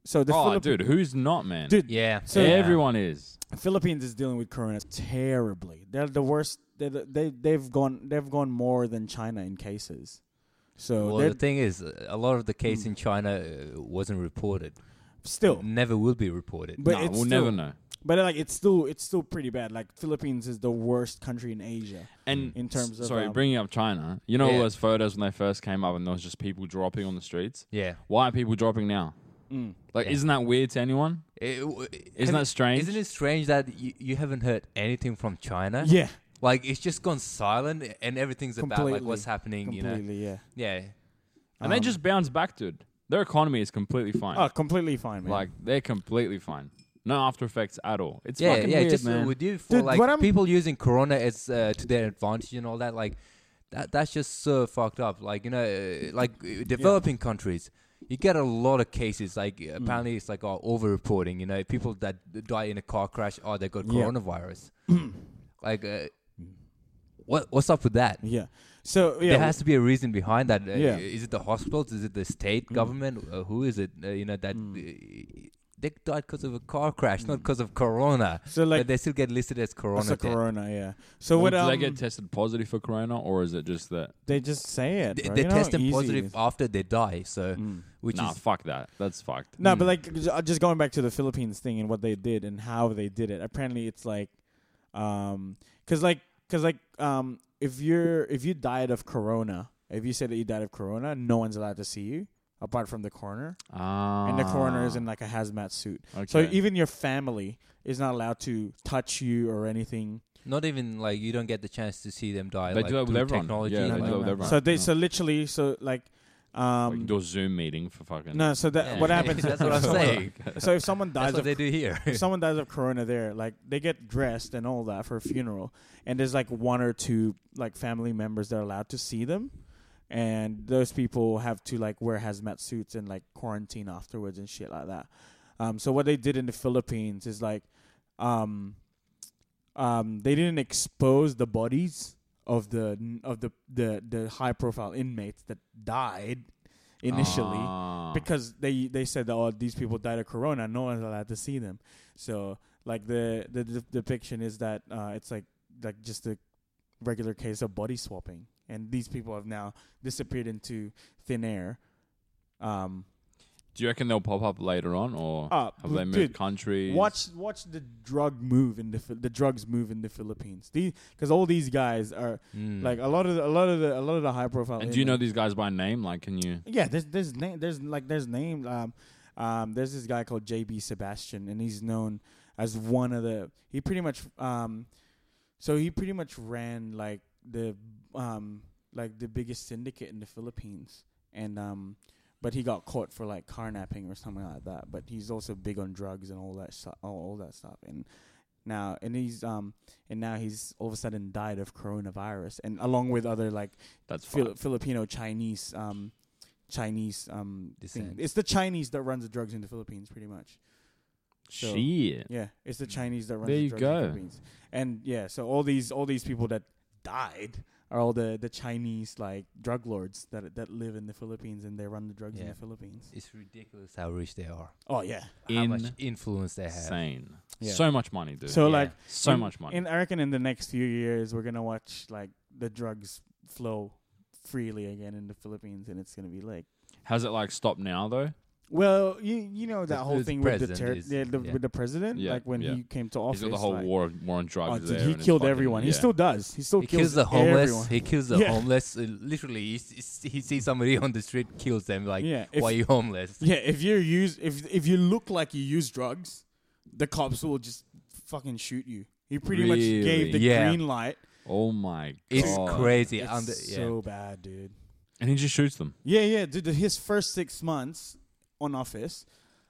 So the
oh,
Philippi-
dude, who's not, man?
Dude,
Yeah.
So-
yeah.
Everyone is.
Philippines is dealing with Corona terribly. They're the worst. They're the, they they've gone they've gone more than China in cases. So
Well,
they're
the thing is, uh, a lot of the case
Hmm.
in China uh, wasn't reported.
still,
Never will be reported.
but
Nah,
it's
Uh, we'll
still,
never know.
But like it's still it's still pretty bad. Like Philippines is the worst country in Asia.
And
In terms of,
sorry,
um,
bringing up China, you know
Yeah.
all those photos when they first came up, and there was just people dropping on the streets.
Yeah.
Why are people dropping now?
Mm.
Like,
Yeah.
isn't that weird to anyone?
It- w-
Isn't
have
that
you-
strange?
Isn't it strange that you, you haven't heard anything from China?
Yeah,
Like it's just gone silent and everything's about like
Completely.
what's happening, you know.
completely.
Yeah.
And they just bounce back, dude. Their economy is completely fine.
Yeah. Um, Oh, completely fine, man.
like they're completely fine. No after effects at all. It's
yeah,
fucking
yeah,
weird,
just
man.
with you for
Dude,
like
what I'm-
people using corona as uh, to their advantage and all that like that that's just so fucked up. Like, you know, uh, like uh, developing countries you get a lot of cases. Like
Mm.
apparently, it's like oh, over-reporting. You know, people that die in a car crash, oh, they got
Yeah.
coronavirus. like, uh, what what's up with that?
yeah. So yeah,
there has to be a reason behind that. Uh,
Yeah. Mm.
Is it the hospitals? Is it the state government? Uh, who is it? Uh, you know that uh, they died because of a car crash,
Mm.
not because of corona.
So, like-
but they still get listed as corona.
that's a
death.
corona. Yeah. So
Well,
what
do
um,
they get tested positive for corona, or is it just that?
they just say it.
They,
bro.
they
You know how
test them
easy it
positive
is? Mm.
after they die. So, which
nah,
is
fuck that. That's fucked.
No, but
Mm.
like j- uh, just going back to the Philippines thing and what they did and how they did it. Apparently, it's like, um, cause like, cause like, um, if you're if you died of corona, if you say that you died of corona, no one's allowed to see you apart from the coroner,
Ah,
and the coroner is in like a hazmat suit. So
Okay.
even your family is not allowed to touch you or anything.
not even like you don't get the chance to see them die.
They
like,
do that with
through
everyone.
Technology,
Yeah, they
like-
do that with everyone.
So they
Yeah.
so literally so like,
Like, you
um,
do a Zoom meeting for fucking.
no. So that
Yeah.
what happens?
That's what I'm saying.
So if someone dies
That's what
of
they do here.
if someone dies of corona there, like they get dressed and all that for a funeral, and there's like one or two like family members that are allowed to see them, and those people have to like wear hazmat suits and like quarantine afterwards and shit like that. Um, so what they did in the Philippines is like, um, um, they didn't expose the bodies of the of the the, the high profile inmates that died initially
Ah.
because they they said that oh these people died of corona no one's allowed to see them so like the the, d- depiction is that uh it's like like just a regular case of body swapping and these people have now disappeared into thin air um
do you reckon they'll pop up later on, or
Ah,
have they moved
dude,
countries?
watch watch the drug move in the Phil- the drugs move in the philippines these because all these guys are
Mm.
like a lot of the, a lot of the a lot of the high profile
Hmm. And do you know
inmates-
these guys by name? Like, can you?
Yeah, there's there's name there's like there's name um um there's this guy called JB Sebastian and he's known as one of the he pretty much um so he pretty much ran like the um like the biggest syndicate in the Philippines and um but he got caught for like carnapping or something like that but he's also big on drugs and all that stuff all, all that stuff and now and he's um and now he's all of a sudden died of coronavirus and along with other like
That's
Fili-
fucked.
Filipino Chinese um Chinese um thing.
Descent.
It's the Chinese that runs the drugs in the Philippines, pretty much. so-
Shit.
Yeah, it's the Chinese that runs
There
the
you
drugs in
go.
the Philippines. And yeah, so all these all these people that died are all the the Chinese like drug lords that that live in the Philippines and they run the drugs in
Yeah.
the Philippines.
it's ridiculous how rich they are.
Oh yeah,
How much influence they have.
Insane.
Yeah.
So much money, dude.
so
Yeah.
like
so
in-
much money.
In I reckon in the next few years we're gonna watch like the drugs flow freely again in the Philippines, and it's gonna be like.
Has it like stopped now though?
Well, you you know that
The-
whole
the
thing with the,
president
ter-
is-
yeah, the
yeah.
with the president,
Yeah,
like when
yeah.
he came to office,
He's got the whole
like,
war war on
oh,
drugs.
dude,
there
he
and it's
killed
fucking-
everyone. He
yeah.
still does. He still
He
kills,
kills the homeless.
everyone.
He kills the
Yeah.
homeless. Uh, literally, he, s- he sees somebody on the street, kills them. Like,
Yeah, if-
why are you homeless?
yeah, if you use if if you look like you use drugs, the cops will just fucking shoot you. He pretty much
Really?
gave the
Yeah.
green light.
Oh my god.
It's crazy.
Oh, It's
Under- yeah.
so bad, dude.
And he just shoots them.
Yeah, yeah, dude. His first six months on office,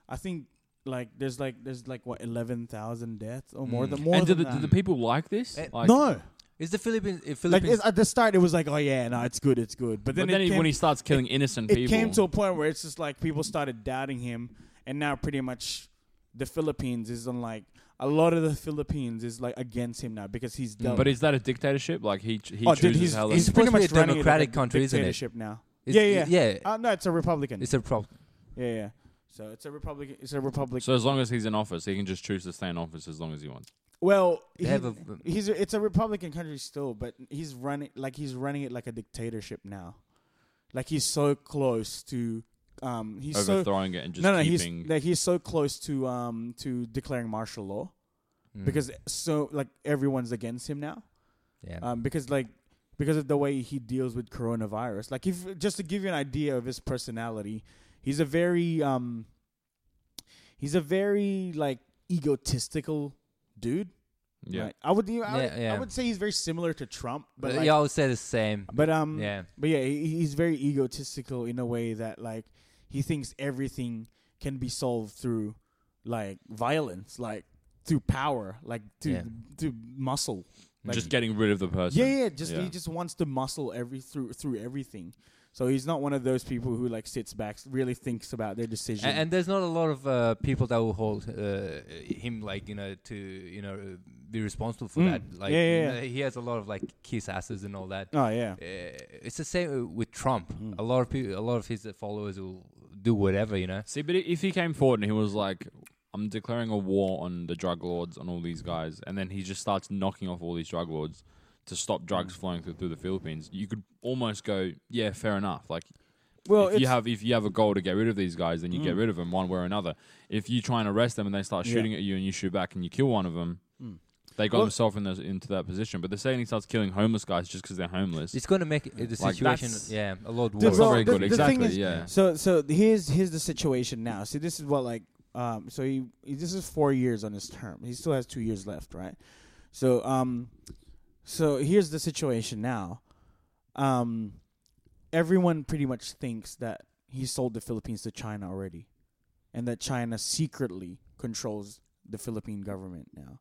I think like there's like there's like what eleven thousand deaths or more
Mm.
than more
and do
than
the,
that.
do the people like this?
Eh,
Like,
no,
Is the Philippines? uh,
like
Philippines
it's, at the start it was like oh yeah no it's good it's good but
But then,
then, it
he-
came,
when he starts killing innocent
it
people,
came to a point where it's just like people started doubting him and now pretty much the philippines is on like a lot of the philippines is like against him now because he's done
Mm, but is that a dictatorship? Like he ch- he
oh dude
chooses
he's,
how they-
he's
It's
pretty
supposed to
much
be a
running it like
democratic country, isn't it?
dictatorship now
It's-
yeah yeah
yeah.
uh, no it's a republican
it's a problem.
yeah yeah so it's a republican it's a republican
So as long as he's in office, he can just choose to stay in office as long as he wants.
Well,
They
he-
have a-
he's a, it's a Republican country still, but he's running like he's running it like a dictatorship now. Like he's so close to um he's so
Overthrowing it and just
no no he's
keeping.
like he's so close to um to declaring martial law.
Mm.
Mm-hmm.
because so like everyone's against him now.
yeah,
um, because like because of the way he deals with coronavirus. Like if just to give you an idea of his personality, he's a very um, he's a very like egotistical dude.
Yeah.
right? I would, you I,
Yeah,
would I
yeah. Uh,
would say he's very similar to Trump, but
but
like,
you always say the same.
but um,
Yeah.
but yeah, he, he's very egotistical in a way that like he thinks everything can be solved through like violence, like through power, like through
Yeah.
through muscle. Like,
just getting rid of the person.
yeah, yeah. Just
Yeah.
he just wants to muscle every through through everything. So he's not one of those people who like sits back, really thinks about their
A-
decision.
And, there's not a lot of uh, people that will hold uh, him like you know to you know uh, be responsible for
Mm.
that. Like
Yeah,
you
yeah,
know, he has a lot of like kiss asses and all that.
oh yeah,
Uh, it's the same uh, with Trump.
Mm.
A lot of people, a lot of his uh, followers will do whatever you know.
See, but i- if he came forward and he was like, "I'm declaring a war on the drug lords, on all these guys," and then he just starts knocking off all these drug lords to stop drugs flowing through, through the Philippines, you could almost go, "Yeah, fair enough." Like,
Well,
if you
it's-
have if you have a goal to get rid of these guys, then you get rid of them one way or another. If you try and arrest them and they start
Yeah.
shooting at you and you shoot back and you kill one of them. They got
Well-
themselves in those, into that position, but they're saying he starts killing homeless guys just because they're homeless.
It's going to make uh, the
Like,
situation
that's-
yeah a lot
The-
worse.
It's
well,
not very
the-
good.
the
exactly.
thing is-
yeah.
So so here's here's the situation now. See, this is what like um so he, he this is four years on his term. He still has two years left, right? So um so here's the situation now. Um everyone pretty much thinks that he sold the Philippines to China already. And that China secretly controls the Philippine government now.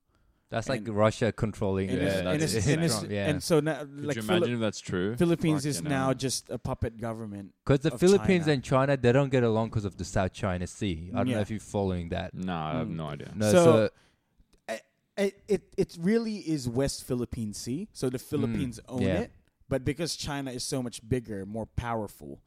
That's like
and-
Russia controlling.
And
uh,
it's-
Yeah,
and
that's
it's-
insane.
and it's-
Trump, yeah.
and so now
Could
like
you imagine
Phili-
if that's true?
Philippines is
Fucking hell.
now just a puppet government.
Because the
of
Philippines
China.
and China, they don't get along because of the South China Sea. I don't
Yeah.
know if you're following that.
No, I have
Mm.
no idea.
No,
So-
so,
I- I- it it really is West Philippine Sea, so the Philippines own
Hmm, yeah.
it. But because China is so much bigger, more powerful,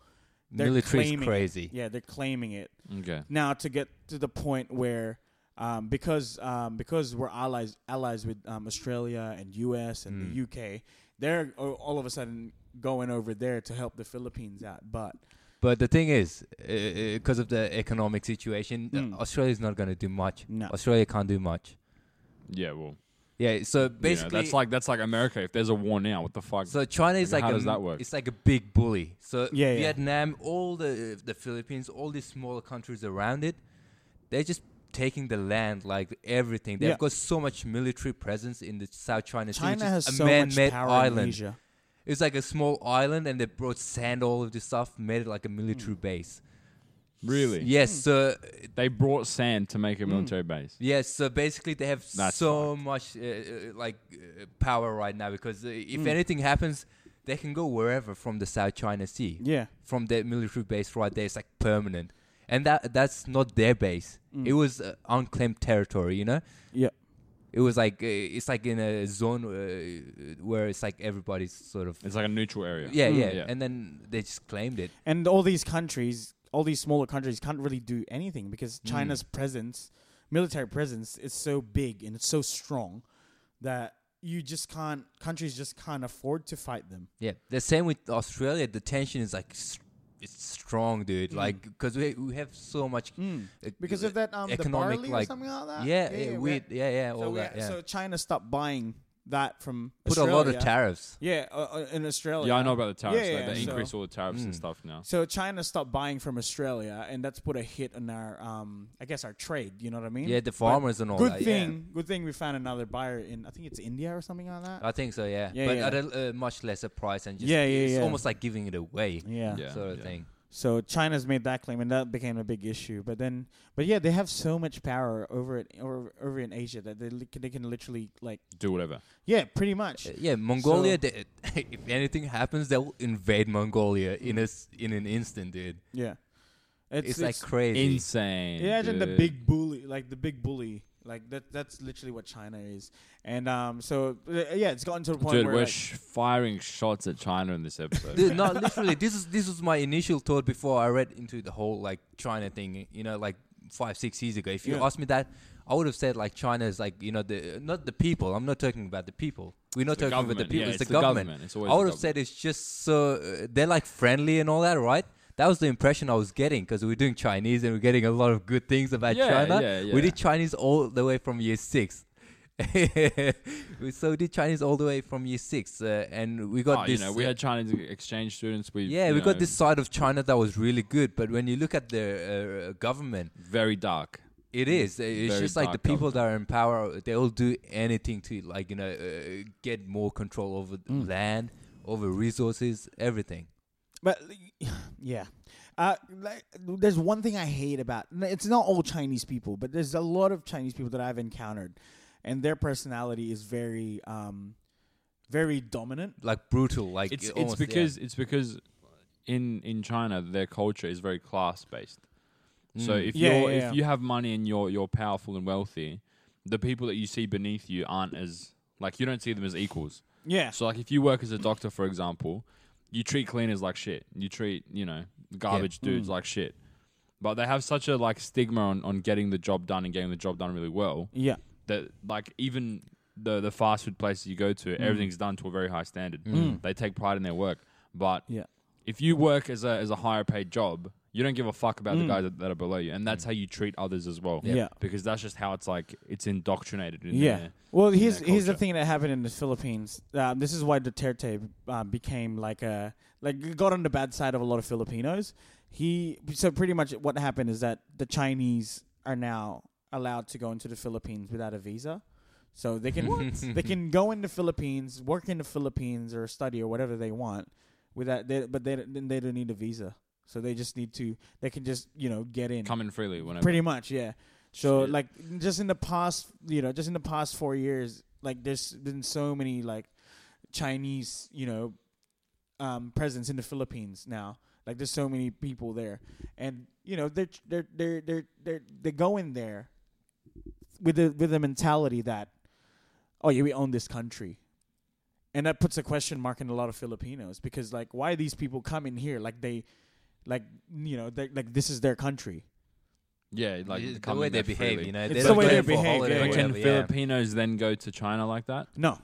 they're
military is
claiming it.
crazy.
Yeah, they're claiming it
Okay.
now to get to the point where, um, because um, because we're allies allies with um, Australia and U.S. and
Hmm.
the U.K., they're a- all of a sudden going over there to help the Philippines out. But
But the thing is, because of the economic situation, uh, Australia's not going to do much.
Mm. No.
Australia can't do much.
Yeah, well,
Yeah, so
basically,
basically,
that's like that's like America. If there's a war now, what the fuck?
so China is
Like,
like
how
a,
does that work?
It's like a big bully. So
Yeah, yeah.
Vietnam, all the the Philippines, all these smaller countries around it, they're just taking the land, like everything. They've
Yeah.
got so much military presence in the South China Sea, which
China
is
has
a
so much
man-made
power in
island.
Asia.
It's like a small island, and they brought sand, all of this stuff, made it like a military
Mm.
base.
really?
Yes, so
They brought sand to
Mm.
make a military base.
yes, so basically they have
That's
so much uh, uh, like uh, power right now because uh, if anything happens, they can go wherever from the South China Sea.
Yeah.
from their military base right there, it's like permanent, and that that's not their base. It was uh, unclaimed territory, you know.
Yeah.
It was like uh, it's like in a zone uh, where it's like everybody's sort of
It's like a neutral area.
yeah, yeah,
yeah.
and then they just claimed it.
and all these countries, all these smaller countries, can't really do anything because
Mm.
China's presence, military presence, is so big and it's so strong that you just can't. Countries just can't afford to fight them.
Yeah, the same with Australia. The tension is like s it's strong, dude. Like 'cause Like because we we have so much uh,
Mm. Because of that, um, the barley or something like that?
Yeah,
Yeah,
yeah,
yeah, we
we
had-
yeah yeah all
So, we-
that. Yeah.
so China stopped buying that from
Put a lot of
Australia.
tariffs.
Yeah, uh, uh, in Australia.
Yeah, I know about the tariffs.
Yeah,
they-
yeah,
they
so-
increase all the tariffs
Mm.
and stuff now.
So China stopped buying from Australia, and that's put a hit on our, um, I guess, our trade. You know what I mean?
Yeah, the
But
farmers and all
Mm. Good
that, yeah.
thing, good thing we found another buyer in, I think it's India or something like that.
I think so, yeah.
Yeah,
but
yeah.
at a uh, much lesser price and just
Yeah, yeah,
it's
yeah.
almost like giving it away.
yeah.
Yeah,
Sort of
yeah.
thing.
So China's made that claim, and that became a big issue. But then, but yeah, they have so much power over it over over in Asia that they li- they can literally like
Do whatever.
yeah, pretty much.
Uh, Yeah, Mongolia they, if anything happens they'll invade Mongolia in a s in an instant, dude.
Yeah,
It's, like crazy.
Insane.
imagine the
dude.
big bully, like the big bully, like that. That's literally what China is. And um, so uh, yeah, it's gotten to the point
Dude,
where
we're
like,
sh- firing shots at China in this episode.
Dude, no, literally this is this was my initial thought before I read into the whole like China thing, you know, like 5 6 years ago. If you
Yeah.
asked me that, I would have said like China is like, you know, the not the people. I'm not talking about the people. We're not
the
talking about the
government.
people.
Yeah,
it's,
it's
the
the
government.
government. It's always
I
the
would have said it's just so uh, they're like friendly and all that, right? That was the impression I was getting because we're doing Chinese and we're getting a lot of good things about
Yeah,
China.
yeah,
We
yeah.
did Chinese all the way from year six. We- so did Chinese all the way from year six, uh, and we got
Oh,
this.
you know, we had Chinese exchange students. We
yeah,
you
we
know,
got this side of China that was really good, but when you look at the uh, government,
very dark.
it is. uh, It's
Mm, Very
just like the
dark
people that are in power. They'll do anything to like you know uh, get more control over the land, over resources, everything.
But yeah, uh, like, there's one thing I hate about. It's not all Chinese people, but there's a lot of Chinese people that I've encountered, and their personality is very, um, very dominant.
Like brutal. Like
It's it's
almost, yeah.
because it's because in in China their culture is very class based.
Mm.
So if
Yeah,
you're
yeah,
if
yeah.
you have money and you're you're powerful and wealthy, the people that you see beneath you aren't as like you don't see them as equals.
Yeah,
So like if you work as a doctor, for example, you treat cleaners like shit. You treat you know garbage dudes
Mm.
like shit. But they have such a like stigma on, on getting the job done and getting the job done really well
yeah,
that like even the the fast food places you go
Mm.
to, everything's done to a very high standard. They take pride in their work. But
yeah.
if you work as a as a higher paid job, you don't give a fuck about the guys that, that are below you, and that's how you treat others as well.
Mm. Yeah. Yeah.
because that's just how it's like it's indoctrinated. In
Yeah.
their-
Well,
in
here's
their
here's the
culture.
thing that happened in the Philippines. Um, this is why Duterte uh, became like a like got on the bad side of a lot of Filipinos. He so pretty much what happened is that the Chinese are now allowed to go into the Philippines without a visa. So they can they can go in the Philippines, work in the Philippines, or study or whatever they want without. They, but they don't- then they don't need a visa, so they just need to they can just you know get in.
Come in freely whenever.
Pretty much, yeah. So
Shit.
like just in the past, you know, just in the past four years, like there's been so many like Chinese, you know, um, presence in the Philippines now. Like there's so many people there, and you know they're they're they're they're they're they go in there with the with the mentality that oh yeah we own this country, and that puts a question mark in a lot of Filipinos because like why these people come in here like they like you know they like this is their country
yeah, like
It's the
come
way
in
they
there
behave,
freely.
you know,
It's
they
the
don't
way
go
they
for
behave,
holiday
yeah,
or
yeah.
Can
whatever, yeah.
Filipinos then go to China like that?
no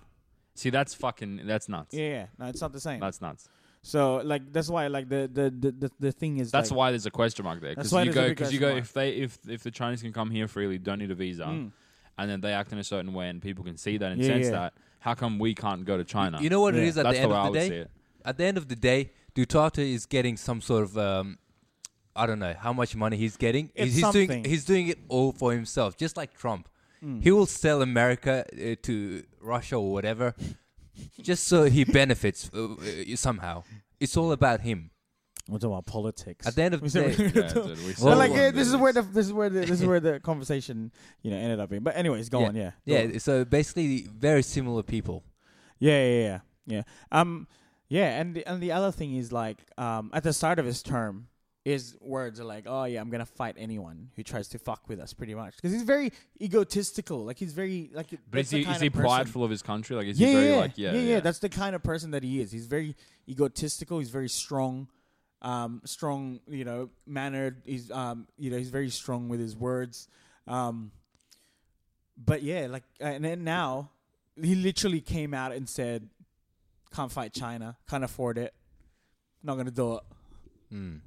See, that's fucking that's nuts.
Yeah, yeah. No, it's not the same.
That's nuts.
so like that's why like the the the, the, the thing is
That's
like,
why there's a question mark there.
That's
Because
why
you
there's a
go,
big
because you
question
go,
mark.
if they, if if the Chinese can come here freely, don't need a visa,
Mm.
and then they act in a certain way, and people can see that and
Yeah,
sense
yeah.
that. How come we can't go to China?
You know what it
Yeah.
is at
that's
the end
way I
of
would
the
see
day?
it.
At the end of the day, Duterte is getting some sort of um, I don't know how much money he's getting.
It's
he's, he's doing
something. Hmm.
he's doing it all for himself, just like Trump. He will sell America uh, to Russia or whatever, just so he benefits uh, uh, somehow. It's all about him.
we're talking about politics.
At the end of the
Is that
day,
what-
Yeah, dude, we
but
Well,
still
like
want
yeah, this is where the this is where the this is where the conversation you know ended up in. But anyways, go on. Yeah, go on.
yeah. So basically, very similar people.
yeah, yeah, yeah, yeah. Um, yeah, and the, and the other thing is like um at the start of his term, his words are like, oh yeah, I'm gonna fight anyone who tries to fuck with us, pretty much, because he's very egotistical. Like he's very like.
But
that's
is
the
he,
kind
is he
of person-
prideful of his country? Like is he very like yeah
yeah, That's the kind of person that he is. He's very egotistical. He's very strong, um, strong. You know, mannered. He's um, you know, he's very strong with his words. Um, but yeah, like, and then now he literally came out and said, "Can't fight China. Can't afford it. Not gonna do it."
Mm.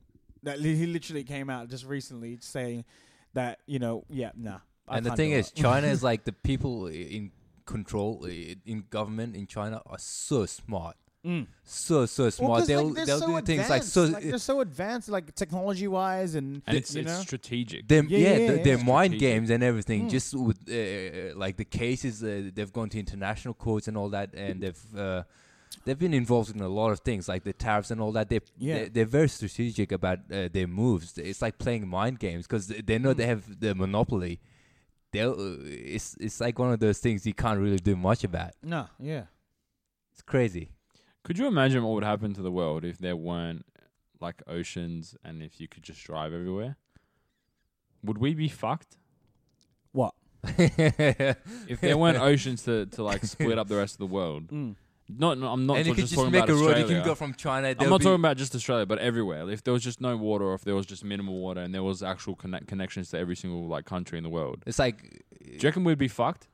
That li- he literally came out just recently saying that you know, yeah, nah. I
and the
can't
thing
do
is,
it.
China is like the people i- in control i- in government in China are so smart,
Mm.
so so
Well,
smart.
'cause,
they'll
like, they're
they'll
so
do things like
advanced.
so.
they're so advanced, like technology wise, and,
and it's,
you
it's
know,
strategic.
them,
Yeah,
yeah,
yeah,
th-
yeah,
their
yeah.
mind
Strategic.
games and everything.
Mm.
Just with uh, like the cases, uh, they've gone to international courts and all that, and they've uh, they've been involved in a lot of things like the tariffs and all that. They
Yeah.
they're, they're very strategic about uh, their moves. It's like playing mind games because they, they
Hmm.
know they have the monopoly. They'll, uh, it's it's like one of those things you can't really do much about.
no, yeah,
It's crazy.
Could you imagine what would happen to the world if there weren't like oceans and if you could just drive everywhere? Would we be fucked
what?
if there weren't oceans to, to like split up the rest of the world?
Mm.
Not, no, I'm not
and
so
you can
just,
just
talking
make
about
a road.
Australia.
You can go from China.
I'm
there'll
not
be-
talking about just Australia, but everywhere. If there was just no water, or if there was just minimal water, and there was actual connect- connections to every single like country in the world,
It's like
do you reckon we'd be fucked?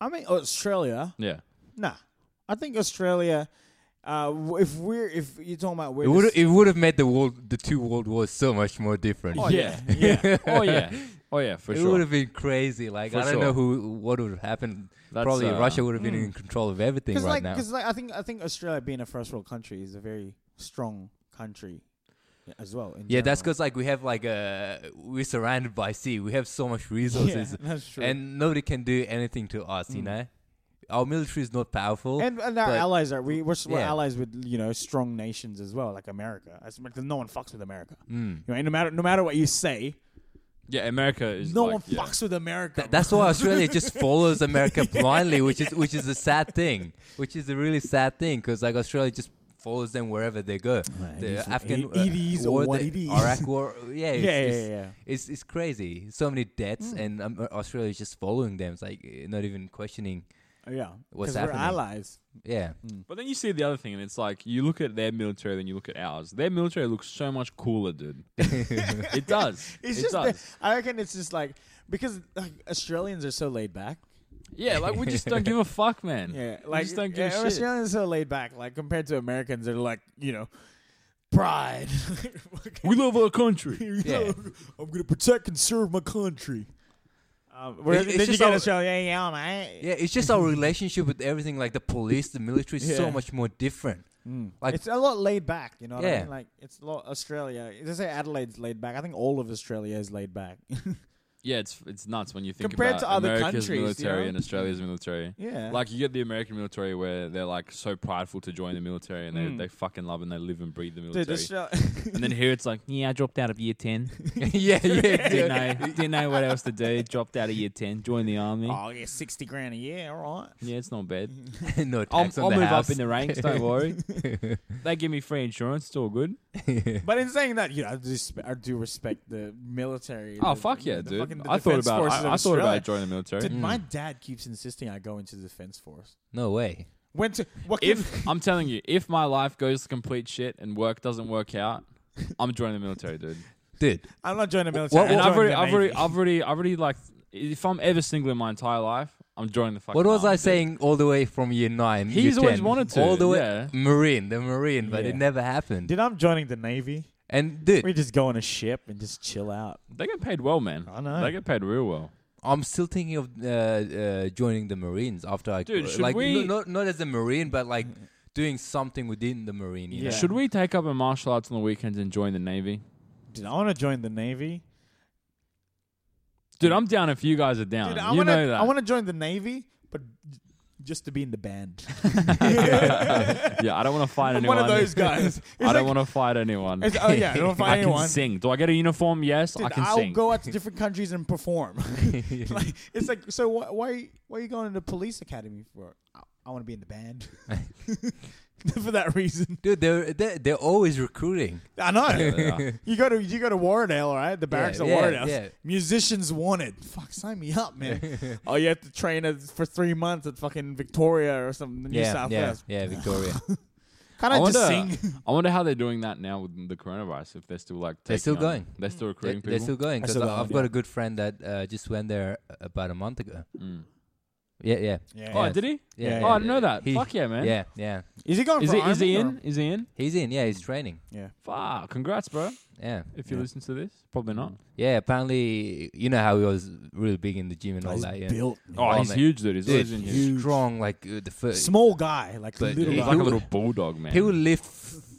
I mean, Australia,
Yeah,
nah. I think Australia. Uh, w- if we're if you're talking about where
it would it would have made the world the two world wars so much more different.
Oh,
yeah,
yeah.
oh yeah. Oh yeah, for
it
sure.
would have been crazy. Like
For
I don't
sure.
know who what would have happened.
That's,
Probably
uh,
Russia would have been in control of everything right
Because like,
now.
because like, I think I think Australia being a first world country is a very strong country as well. in
Yeah, that's
general.
because like we have like uh we're surrounded by sea. We have so much resources,
Yeah, that's true.
and nobody can do anything to us. You know, our military is not powerful.
and, and our
but-
allies are we we're, s- we're
Yeah.
allies with you know strong nations as well, like America. As, because no one fucks with America.
Mm.
You know, no matter no matter what you say,
yeah, America is
no
like,
one
yeah.
fucks with America.
Th- that's
bro.
why Australia just follows America blindly, which is which is a sad thing. Which is a really sad thing because like Australia just follows them wherever they go.
Right, it
the
is what-
Afghan
it- it is
war,
what
the
it is.
Iraq war, yeah, it's,
Yeah, yeah,
it's,
yeah. Hmm.
It's, it's crazy. So many deaths, and um, Australia is just following them. It's like eh, not even questioning.
Yeah,
What's
because we're
happening?
allies.
Yeah,
Mm.
But then you see the other thing, and it's like you look at their military, then you look at ours. Their military looks so much cooler, dude. it does.
It's
it
just
does.
that- I reckon it's just like because like, Australians are so laid back.
Yeah, like we just don't give a fuck, man.
Yeah,
like
like
we just don't
yeah,
give a shit.
Australians are so laid back. Like compared to Americans, they're like you know, pride.
We love our country.
Yeah.
I'm gonna protect and serve my country. Um, whereas-
it's
then you
just
get
all-
Australia, yeah, yeah, mate.
yeah. It's just our relationship with everything, like the police, the military, is
Yeah.
so much more different. Like
it's a lot laid back, you know. What I
Yeah.
mean? like it's a lot Australia. They say Adelaide's laid back. I think all of Australia is laid back.
Yeah, it's it's nuts when you think
Compared
about
to other
America's
countries, you
military
know?
and Australia's military.
yeah,
Like you get the American military where they're like so prideful to join the military and they,
Mm.
they fucking love and they live and breathe the military.
dude, Australia.
and then here it's like, yeah, I dropped out of year ten.
yeah, yeah,
didn't know didn't know what else to do. Dropped out of year ten. Joined the army.
oh yeah, sixty grand a year. All right.
Yeah, it's not bad.
yeah. no
I'll,
tax on
I'll
the
move
house.
up in the ranks. Don't worry. they give me free insurance. It's all good.
But in saying that, you know, I do, spe- I do respect the military.
Oh
the-
fuck yeah,
the fucking-
dude!
the
I thought
defense
about
forces
I,
of
I thought
Australia.
about Mm. joining the military.
Dude, my dad keeps insisting I go into the defense force.
No way.
Went to what?
if I'm telling you, if my life goes to complete shit and work doesn't work out, I'm joining the military, dude.
Dude,
I'm not joining the military.
Well,
I'm
And I've
joining
already,
the
I've already,
Navy.
I've already, I've already like, if I'm ever single in my entire life, I'm joining the fucking.
what was I
army, dude.
saying all the way from year nine?
He's
year
always
10?
wanted to,
All the way.
yeah.
Marine, the Marine, but
Yeah.
it never happened.
dude, I'm joining the navy.
and
We
dude,
just go on a ship and just chill out.
They get paid well, man.
I know.
They get paid real well.
I'm still thinking of uh, uh, joining the Marines after I
Dude, should
like
we-
no- not not as a Marine, but like doing something within the Marine. You
Yeah.
know?
Should we take up a martial arts on the weekends and join the navy?
Dude, I want to join the navy.
Dude, I'm down if you guys are down.
Dude, I
you
want
know
to.
that.
I want to join the navy, but j- just to be in the band.
yeah, I don't want to fight
I'm
anyone.
one of those guys.
I don't want to fight anyone.
to. Oh yeah, I don't find
I can
anyone.
sing. Do I get a uniform? Yes, I
Dude,
can
I'll
sing.
go out to different countries and perform. like, it's like, so why, why why are you going to the police academy for? I, I want to be in the band for that reason.
Dude, they're, they're they're always recruiting.
I know.
Yeah.
You go to you go to Warrendale, all right? The barracks at
yeah,
Warrendale.
yeah.
Musicians wanted. Fuck, sign me up, man. oh, you have to train us for three months at fucking Victoria or something, New
yeah,
South
yeah,
Wales.
yeah, Victoria.
Can
I
I
wonder,
just sing?
I wonder how they're doing that now with the coronavirus. If they're still like,
They're
taking
still
on-
going.
They're
Mm.
still
They-
recruiting
they're
people.
still going
I
because
saw that
I've
one,
got
yeah.
a good friend that uh, just went there uh, about a month ago. Yeah, yeah.
Yeah.
Mm. Oh,
Yeah.
did he?
Yeah,
Yeah,
oh, I
yeah,
didn't know that.
He-
Fuck yeah, man.
Yeah, yeah.
Is he going
Is
for
he? Is he
Army
in? Is he in?
He's in. Yeah, he's training.
Fuck. Congrats, bro.
Yeah.
If you
Yeah. Mm.
listen to this, probably not.
Yeah, apparently, you know how he was really big in the gym and
or-
all
He's
that. Yeah.
built.
Oh,
Oh,
he's
mate.
huge, dude. He's
Dude,
always in huge.
he's strong, like uh, the first.
Small guy, like
But
little
He
He's like
guy.
a
would-
little bulldog, man.
He will lift.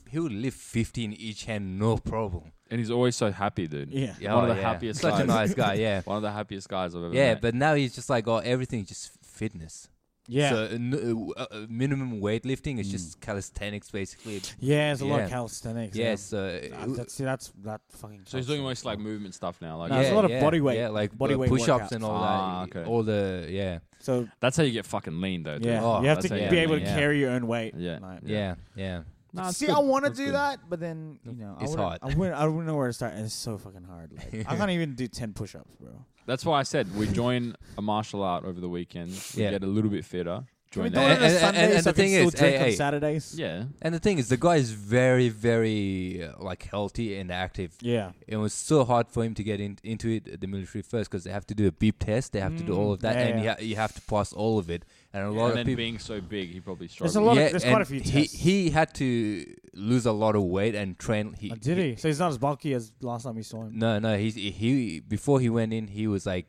He will lift 15 each hand, no problem.
and he's always so happy, dude.
Yeah.
Yeah,
One of
oh,
the
yeah.
happiest
Such
guys.
a nice guy. Yeah.
One of the happiest guys I've ever
yeah,
met.
but now he's just like, oh, everything just fitness.
Yeah.
So uh, n- uh, uh, minimum weightlifting is
Hmm.
just calisthenics, basically.
yeah, it's a lot of
Yeah.
calisthenics.
Yeah.
Yes.
So
Yeah.
uh,
Uh, that's, see, that's that fucking.
so he's doing
calisthenics.
most like movement stuff now. Like
No, it's a lot of body weight-
Yeah, like
body
uh,
weight
push-ups
workouts.
and all
Ah,
that.
okay.
All the yeah,
So
that's how you get fucking lean, though. Dude.
yeah,
Oh,
you have to
that's how you
be
get
able to
lean.
Yeah.
carry your own weight.
Yeah.
Like-
yeah, yeah.
Nah, it's
See,
good.
I want to
That's
do
good.
that, but then you know,
It's
I wouldn't-
hard.
I wouldn't, I wouldn't know where to start, and it's so fucking hard. Like, I can't even do ten push-ups, bro.
That's why I said we join a martial art over the weekend. We
Yeah.
get a little bit fitter. join
we do it
that.
on a
And- and-
Sunday
and- and
so
the
I can
thing
still
is,
drink
hey,
on
hey.
Saturdays?
Yeah.
And the thing is, the guy is very, very uh, like healthy and active.
Yeah.
It was so hard for him to get in, into it at the military first because they have to do a beep test, they have to do all of that,
Mm, yeah,
and
yeah.
You, ha- you have to pass all of it. And a
And
lot
then
of people.
being so big, he probably
There's
struggled.
a lot of-
yeah,
there's quite
and
a few
he,
tests.
he had to lose a lot of weight and train. He,
Oh, did he? So he's not as bulky as last time we saw him.
No, no. He's he before he went in, he was like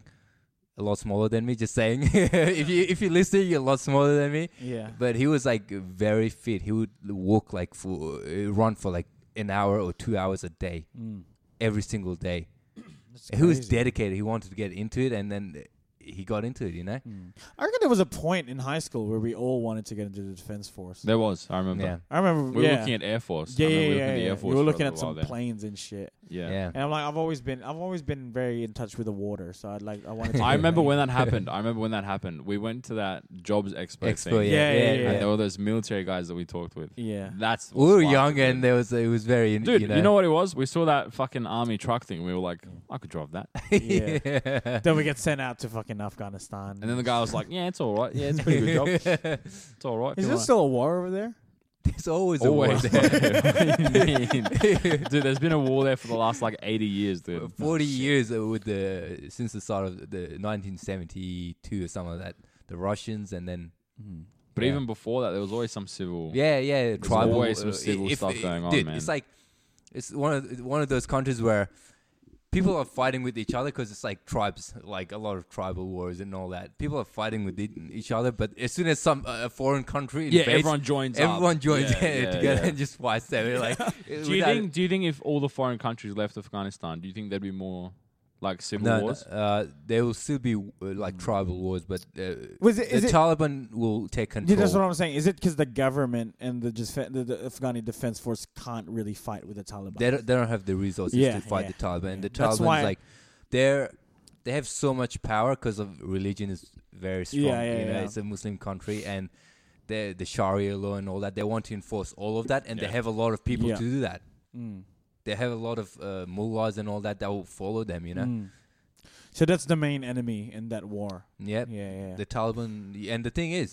a lot smaller than me. Just saying, if you if you listen, you're a lot smaller than me.
Yeah.
But he was like very fit. He would walk like for uh, run for like an hour or two hours a day
Mm.
every single day.
That's
He was
crazy.
dedicated. He wanted to get into it, and then he got into it. You know.
Mm. I reckon there was a point in high school where we all wanted to get into the defense force.
There was. I remember.
Yeah.
I remember.
We were
yeah.
looking at Air Force.
yeah,
I
yeah,
remember
yeah, yeah. We
we were looking at the Air Force.
were
for
looking
a
at
little
some
while there.
planes and shit.
Yeah.
Yeah.
And I'm like, I've always been, I've always been very in touch with the water. So I'd like, I wanted. To
I
do
remember
that.
when that happened. I remember when that happened. We went to that jobs expo,
Expo.
thing.
Yeah,
Yeah. Yeah.
yeah,
yeah.
And there were those military guys that we talked with.
Yeah.
That's
We were
what
young,
sparked it.
and there was it was very
Dude,
You
you
know,
know, what it was? We saw that fucking army truck thing. We were like, I could drive that.
Yeah. then we get sent out to fucking Afghanistan.
And then the guy was like, Yeah, it's all right. Yeah, it's a pretty good job. It's all right.
is
Come
there
on."
still a war over there?
It's always a war
always? dude, there's been a war there for the last like 80 years, dude.
40 years uh, with the since the start of the 1972 or something like that the russians and then
Mm-hmm.
But
Yeah.
even before that, there was always some civil.
yeah yeah tribal
always some
uh,
civil stuff going on,
dude,
man.
it's like it's one of one of those countries where people are fighting with each other because it's like tribes like a lot of tribal wars and all that people are fighting with e- each other but as soon as some uh, a foreign country
Yeah,
invades,
everyone joins up.
everyone joins
Yeah, yeah,
together
yeah.
and just fights them They're like
Do you think? Do you think if all the foreign countries left Afghanistan, do you think there'd be more like civil
no,
wars?
no, uh, there will still be uh, like tribal wars, but uh,
Was it? Is
the
it?
Taliban will take control.
yeah, that's what I'm saying. Is it because the government and the, just, the, the Afghani defense force can't really fight with the Taliban?
they don't, they don't have the resources
Yeah,
to fight
yeah,
the Taliban. And the
That's
Taliban's
why-
like they're they have so much power because of religion is very strong.
Yeah, yeah,
you know,
yeah.
it's a Muslim country and the the Sharia law and all that. They want to enforce all of that, and they
Yeah.
have a lot of people
Yeah.
to do that.
Mm.
They have a lot of uh, mullahs and all that that will follow them. You know,
Mm. So that's the main enemy in that war.
yep.
Yeah, yeah.
The Taliban, and the thing is,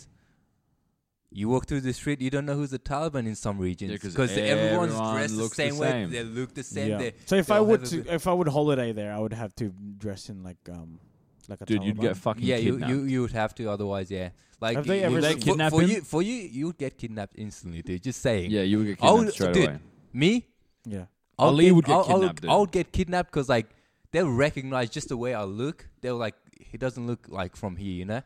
you walk through the street, you don't know who's the Taliban in some regions
'cause
because everyone's
everyone
dressed the
looks
same,
the
way,
same.
they look the same.
Yeah.
They,
so if
they
I
all
would
have a
to,
bit-
if I would holiday there, I would have to dress in like um like a
Dude, you'd get
Taliban.
fucking
yeah, you,
kidnapped.
you you would have to otherwise, yeah. Like
Have they
you-
ever
you-
Would they
for-
kidnap
for,
him?
you? For you, you would get kidnapped instantly, dude. Just saying.
yeah, you would get
I
kidnapped
would-
straight
Oh, dude,
away.
Me,
yeah.
I'll
Ali would get
I'll- I'll-
kidnapped, dude.
I would get kidnapped because like they'll recognize just the way I look. They'll like he doesn't look like from here, you know.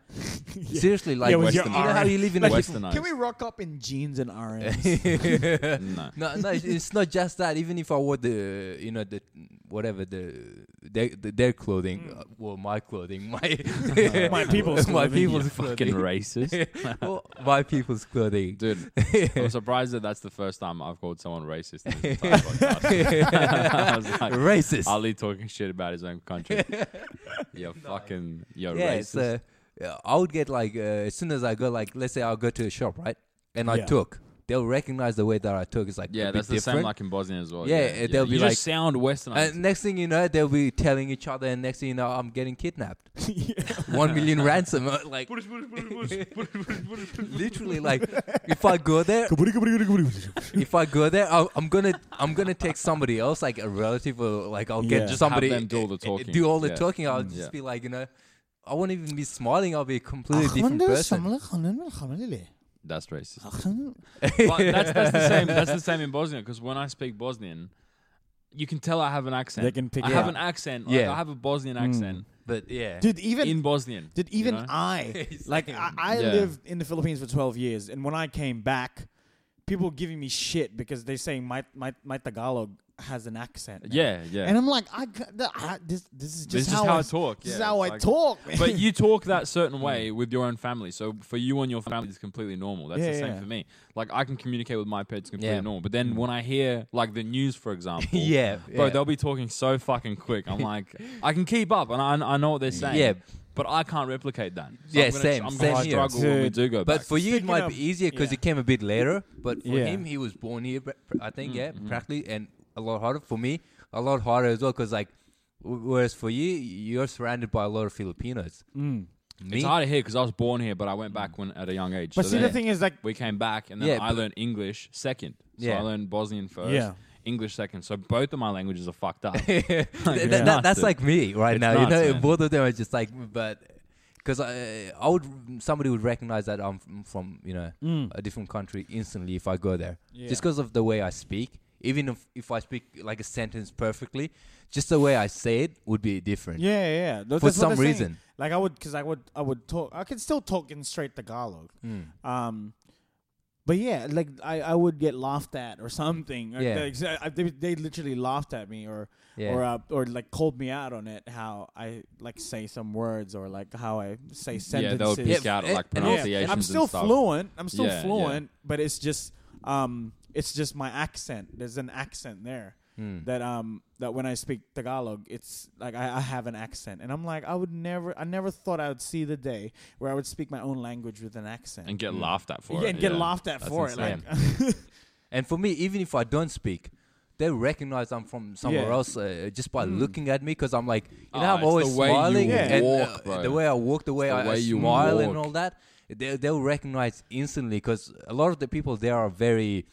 Seriously, like
with
you
your
know how
iron-
you live in
Like,
a
Westernized.
Can we rock up in jeans and RMs?
No.
no, no, it's- it's not just that. Even if I wore the, you know, the whatever the their the, their clothing, uh, well, my clothing, my
My Mm. people's
my
clothing.
people's
fucking
clothing,
racist,
Well, my people's clothing.
dude. I'm surprised that that's the first time I've called someone racist. In this entire podcast. I was like,
Racist.
Ali talking shit about his own country. you're fucking, you're
yeah, it's,
racist.
uh, yeah, I would get like uh, as soon as I go, like let's say I'll go to a shop, right? And I
Yeah.
took, they'll recognize the way that I took. It's like a
yeah,
bit
that's the
different.
same like in Bosnia as well.
Yeah, uh,
yeah.
they'll
you
be
just
like-
sound westernized.
And next thing you know, they'll be telling each other, and next thing you know, I'm getting kidnapped. One million ransom, uh, like literally, like if I go there, if I go there, I'll, I'm gonna I'm gonna take somebody else, like a relative, or like I'll get
Yeah. Just
have
somebody
them do all the
uh, uh,
talking.
Do all the
Yeah. Mm,
talking. I'll just
Yeah.
be like, you know, I won't even be smiling. I'll be a completely different person.
that's racist. but that's, that's the same. That's the same in Bosnia because when I speak Bosnian, you can tell I have an accent.
They can pick
I
it
have
up.
an accent. Like,
Yeah.
I have a Bosnian accent
But yeah,
Dude, even
in Bosnian.
Did even
know?
I like I, I
Yeah.
lived in the Philippines for twelve years, and when I came back, people were giving me shit because they're saying my my, my Tagalog has an accent. now.
Yeah, yeah.
and I'm like, I, c- th- I- this this is
This
just
is
how,
how
I
I talk,
This
yeah,
is how I
like-
talk. man.
but you talk that certain way with your own family. So for you and your family, it's completely normal. That's the
Yeah,
same
yeah.
for me. Like I can communicate with my pets completely
Yeah. Mm.
normal. But then when I hear like the news, for example,
Yeah,
bro,
yeah.
they'll be talking so fucking quick. I'm like, I can keep up, and I, I know what they're saying.
Yeah.
But I can't replicate that. So
Yeah,
I'm gonna,
same,
I'm
same
gonna
here.
struggle when we
Dude.
do go
But
back.
for you, it
Speaking
might
of-
be easier because
yeah.
it came a bit later. But for
Yeah.
him, he was born here, but pr- I
Mm,
think, yeah,
mm-hmm.
practically, and a lot harder. For me, a lot
Mm.
harder as well, because, like, w- whereas for you, you're surrounded by a lot of Filipinos. Me?
It's harder here because I was born here, but I went back when at a young age.
But
So
see, the
then
thing is, like,
we came back, and then
Yeah,
I
but-
learned English second. So
Yeah.
I learned Bosnian first,
Yeah.
English second. So both of my languages are fucked up.
Th- th-
It's
that-
nuts,
that's
dude.
like me right
It's
now.
nuts,
you know,
man.
both of them are just like, but because I, I would, somebody would recognize that I'm from, from you know
Mm.
a different country instantly if I go there, just because of the way I speak. Even if if I speak like a sentence perfectly, just the way I say it would be different.
Yeah, yeah. yeah. Th-
For
that's what
some
they're saying.
reason.
like I would, because I would, I would talk. I could still talk in straight Tagalog.
Mm.
Um, but yeah, like I, I would get laughed at or something. Like,
Yeah.
they- exa- I- they, they literally laughed at me or
Yeah.
or uh, or like called me out on it how I like say some words or like how I say
yeah,
sentences.
they would pick
Yeah,
out
and-
like
and also-
pronunciations.
I'm
and
still
stuff.
fluent. I'm still
Yeah, yeah.
fluent, but it's just um, it's just my accent. There's an accent there
Hmm.
that um, that when I speak Tagalog, it's like I, I have an accent, and I'm like I would never, I never thought I would see the day where I would speak my own language with an accent
and get laughed at for
Yeah,
it.
and get laughed at
That's
for
insane.
it. Like,
And for me, even if I don't speak, they recognize I'm from somewhere
Yeah.
else uh, just by looking at me because I'm like, you know, how
Ah,
I'm
it's
always
the way you
smiling
Yeah.
and
walk,
uh,
bro.
the way I walk, the way
the
I, I
way you
smile and
walk.
all that. They, they'll recognize instantly because a lot of the people there are very,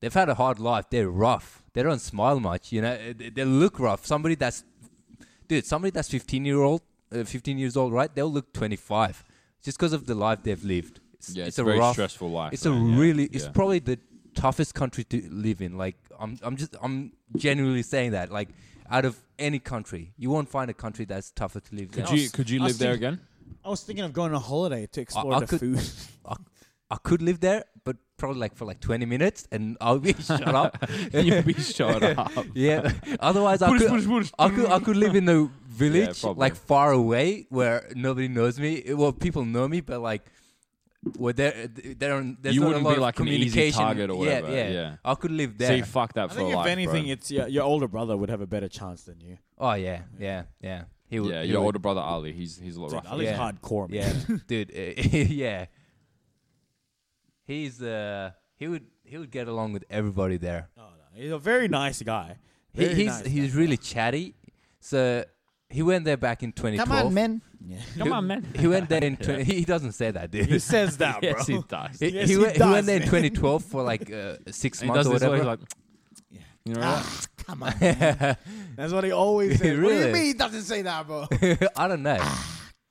they've had a hard life. They're rough. They don't smile much. You know, Uh, they, they look rough. Somebody that's, dude, somebody that's 15 year old, uh, 15 years old, right? They'll look 25 just because of the life they've lived.
Yeah, it's a very stressful life,
It's a
man. Yeah.
really, it's
Yeah.
probably the toughest country to live in. Like I'm, I'm just, I'm genuinely saying that. Like out of any country, you won't find a country that's tougher to live in.
Could you could you
I
live there
think-
again?
I was thinking of going on holiday to explore
I
the
could-
food.
I, I could live there, but probably like for like 20 minutes, and I'll be shut up.
You'd be shut up.
Yeah. Otherwise, I
Push,
could,
push, push.
I could, I could live in a village,
probably.
like far away, where nobody knows me. Well, people know me, but like, where there, there aren't, there's
You
not
wouldn't
a lot
be
of
like an easy
communication.
target or whatever,
Yeah, yeah.
yeah.
I could live there.
So you fuck that
I
for
think
a
if
life,
anything,
bro.
it's your, your older brother would have a better chance than you.
oh yeah, yeah, yeah. He would.
yeah,
he
your
would.
older brother Ali, he's he's a lot
Dude,
rougher.
Ali's
Yeah.
hardcore, man.
Yeah, dude. uh, yeah. He's uh, he would he would get along with everybody there.
Oh, no. He's a very nice guy.
He,
Very
he's
nice guy.
he's really chatty. So he went there back in 2012.
men. Yeah.
Come on, man.
He went there in 20, he doesn't say that, dude.
He says that, bro.
yes, he does.
He,
Yes,
he,
he
went, he
does,
went there in
man.
2012 for like uh, six
And he
months
does
or
this,
whatever.
always like, you know,
Ah,
what?
come on. man. That's what he always says. What do
Really?
you mean he doesn't say that, bro?
I don't know.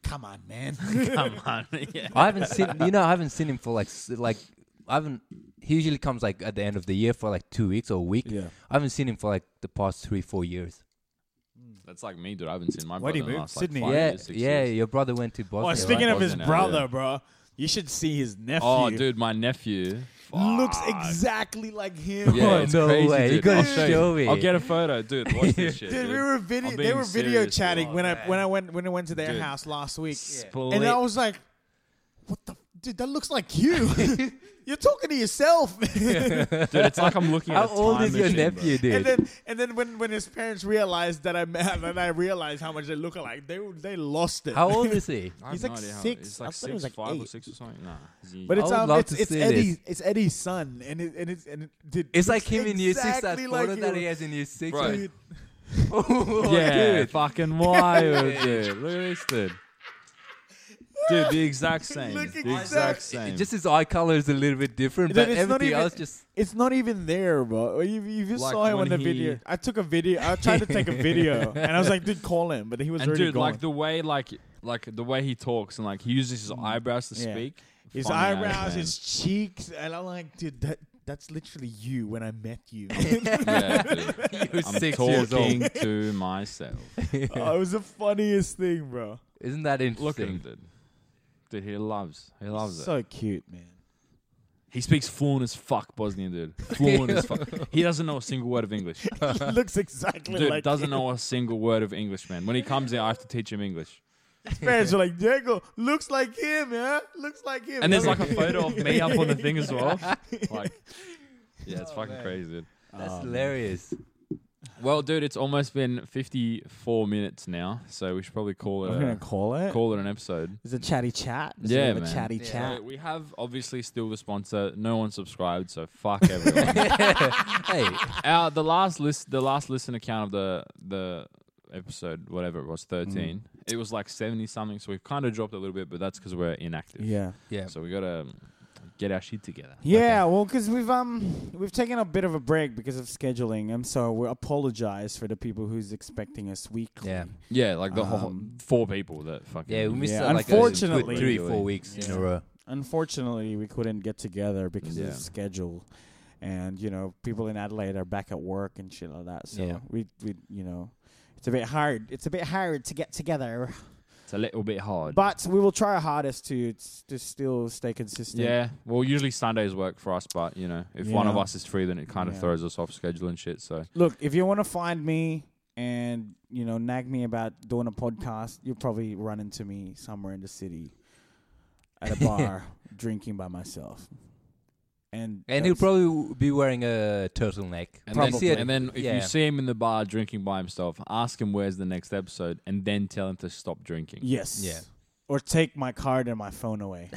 come on, man.
come on, yeah.
I haven't seen you know I haven't seen him for like s- like I haven't. He usually comes like at the end of the year for like two weeks or a week.
Yeah.
I haven't seen him for like the past three four years.
That's like me, dude. I haven't seen my
Where'd
brother
he
in the
move?
last,
Sydney?
Like five
yeah,
years, six
yeah.
years.
Your brother went to Bosnia.
Oh, speaking
right?
of his
Wasn't it?
brother,
Yeah.
bro, you should see his nephew.
Oh, dude, my nephew
Looks
Fuck.
exactly like him.
Yeah,
Oh,
it's
no
crazy,
way. You
Dude.
gotta
I'll show,
show
you.
me.
I'll get a photo, dude. Watch this shit.
Dude, we were video.
I'm
They
being
were video
serious,
chatting
bro.
when I when I went when I went to their
Dude.
house last week,
Split.
and I was like, "What the dude? That looks like you. You're talking to yourself." man."
dude, it's like I'm looking at
How
a time
old is your
machine, bro.
nephew, dude?
and then and then when, when his parents realized that I met, and I realized how much they look alike, they they lost it.
How old is he?
I have
He's
no
like
idea how-
six.
It's
I
like
thought
six,
it was like
five or
eight.
six or something. Nah,
But
I
it's
would
um,
love
it's,
to
it's
see
Eddie's it's Eddie's son, and it, and it's and it, dude,
It's like
looks
him in year six. That
exactly like
photo that
you.
he has in year six.
Bro.
Dude.
Dude,
Oh,
yeah,
dude.
fucking wild, dude. Look at this, dude. Dude, the exact same.
Look
the
exact-
exact same.
Just his eye color is a little bit different, but
Dude, it's not
everything
even-
else just
It's not even there, bro. You, you just
Like
saw him on
when
the
he-
video. I took a video. I tried to take a video, and I was like, "Dude, call him," but he was
and
already
dude,
gone.
like the way, like, like the way he talks, and like he uses his eyebrows to
Yeah.
speak.
his
Funny ass
eyebrows,
man.
his cheeks, and I'm like, "Dude, that that's literally you when I met you." Oh,
Yeah, dude.
He was
I'm
six
talking
years old.
to myself.
oh, it was the funniest thing, bro.
Isn't that
Look at
interesting?
him, dude. Dude, he loves, he loves it.
So cute, man.
He speaks fluent as fuck Bosnian, dude. Fluent as fuck. He doesn't know a single word of English.
He looks exactly
Dude
like
doesn't
him.
know a single word of English, man. When he comes here, I have to teach him English.
His parents were like, "Diego looks like him, yeah, looks like him."
And there's like a photo of me up on the thing as well. Like, yeah, it's fucking crazy, dude.
That's
um,
hilarious.
Well, dude, it's almost been 54 minutes now, so we should probably call
I'm gonna
it
call it.
a, call it an episode.
It's a chatty chat. It's
Yeah,
a
man.
chatty
Yeah.
chat.
So we have obviously still the sponsor. No one subscribed, so fuck everyone.
hey,
Our,
Mm.
the last list, the last listen account of the the episode, whatever it was, 13. It It was like seventy something, so we've kind of dropped a little bit, but that's because we're inactive.
Yeah.
Yeah.
So we gotta um, get our shit together.
Yeah, well, because we've um we've taken a bit of a break because of scheduling, and so we apologize for the people who's expecting us weekly.
Yeah.
Yeah, like the whole
Um,
four people that fucking.
Yeah, we missed
Yeah,
out like a good
unfortunately-
three, four weeks in
Yeah.
a row.
Unfortunately, we couldn't get together because
Yeah.
of schedule, and you know people in Adelaide are back at work and shit like that. So
Yeah.
we we you know it's a bit hard. It's a bit hard to get together,
it's a little bit hard.
but we will try our hardest to to still stay consistent.
yeah, well, usually Sundays work for us, but you know, if one of
Yeah.
us is free, then it kind of
Yeah.
throws us off schedule and shit. So
Look, if you want to find me and you know nag me about doing a podcast, you'll probably run into me somewhere in the city at a bar drinking by myself. And
And he'll
that's-
probably w- be wearing a turtleneck.
And
When you
then,
see it-
and then if
yeah.
you see him in the bar drinking by himself, ask him where's the next episode, and then tell him to stop drinking.
yes,
Yeah.
or take my card and my phone away.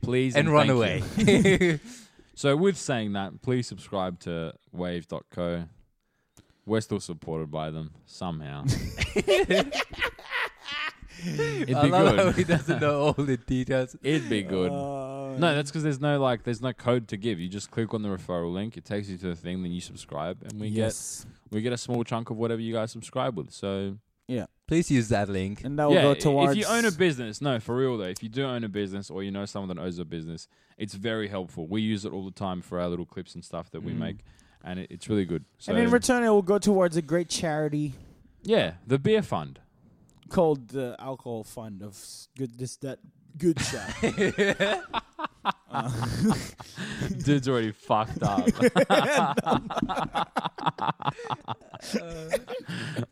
Please
and run
thank you.
away.
So with saying that, please subscribe to Wave.co. We're still supported by them somehow. It'd be
I love how
good.
he doesn't know all the details.
It'd be good.
Uh,
no, that's because there's no like, there's no code to give. You just click on the referral link. It takes you to the thing. Then you subscribe, and we
yes,
get we get a small chunk of whatever you guys subscribe with. So
Please use that link.
and that will
yeah,
go
i-
towards.
if you own a business, no, for real though, if you do own a business or you know someone that owns a business, it's very helpful. We use it all the time for our little clips and stuff that we
Mm.
make, and it, it's really good. So
and in return, it will go towards a great charity
yeah, the beer fund.
called the Alcohol Fund of s- Good This That Good Shot.
Dude's already fucked up.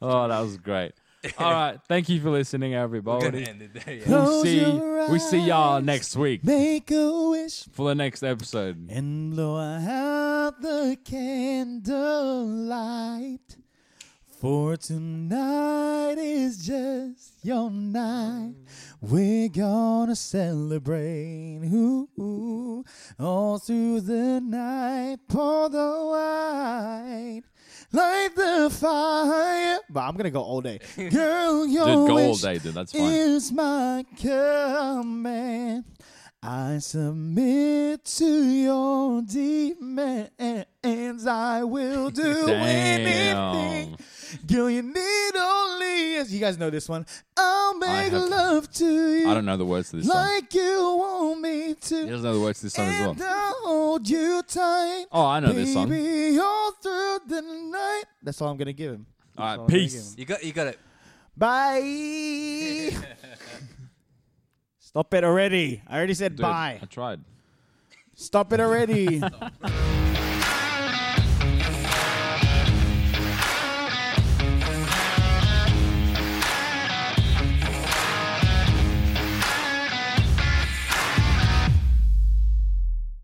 oh, that was great. All right, thank you for listening, everybody. We'll
Close
see,
your
we see y'all
eyes.
next week
Make a wish.
for the next episode.
And blow out the candlelight. For tonight is just your night. We're gonna celebrate ooh, all through the night. Pour the wine, light the fire. But I'm gonna go all day, girl. Your
Dude, go all
wish
day, dude. That's fine.
is my command. I submit to your demands. I will do anything.
Damn.
Girl, you need only is. You guys know this one. I'll make
have-
love to you
I don't know the words to this song.
like you want me
He
to.
doesn't know the words to this song as well.
And I'll hold you tight.
Oh, I know
Baby,
this song.
all through the night. That's all I'm going to give him.
All right,
That's all I'm gonna give him.
peace.
You got, you got it.
Bye. Stop it already. I already said
Dude,
bye.
I tried.
Stop it already.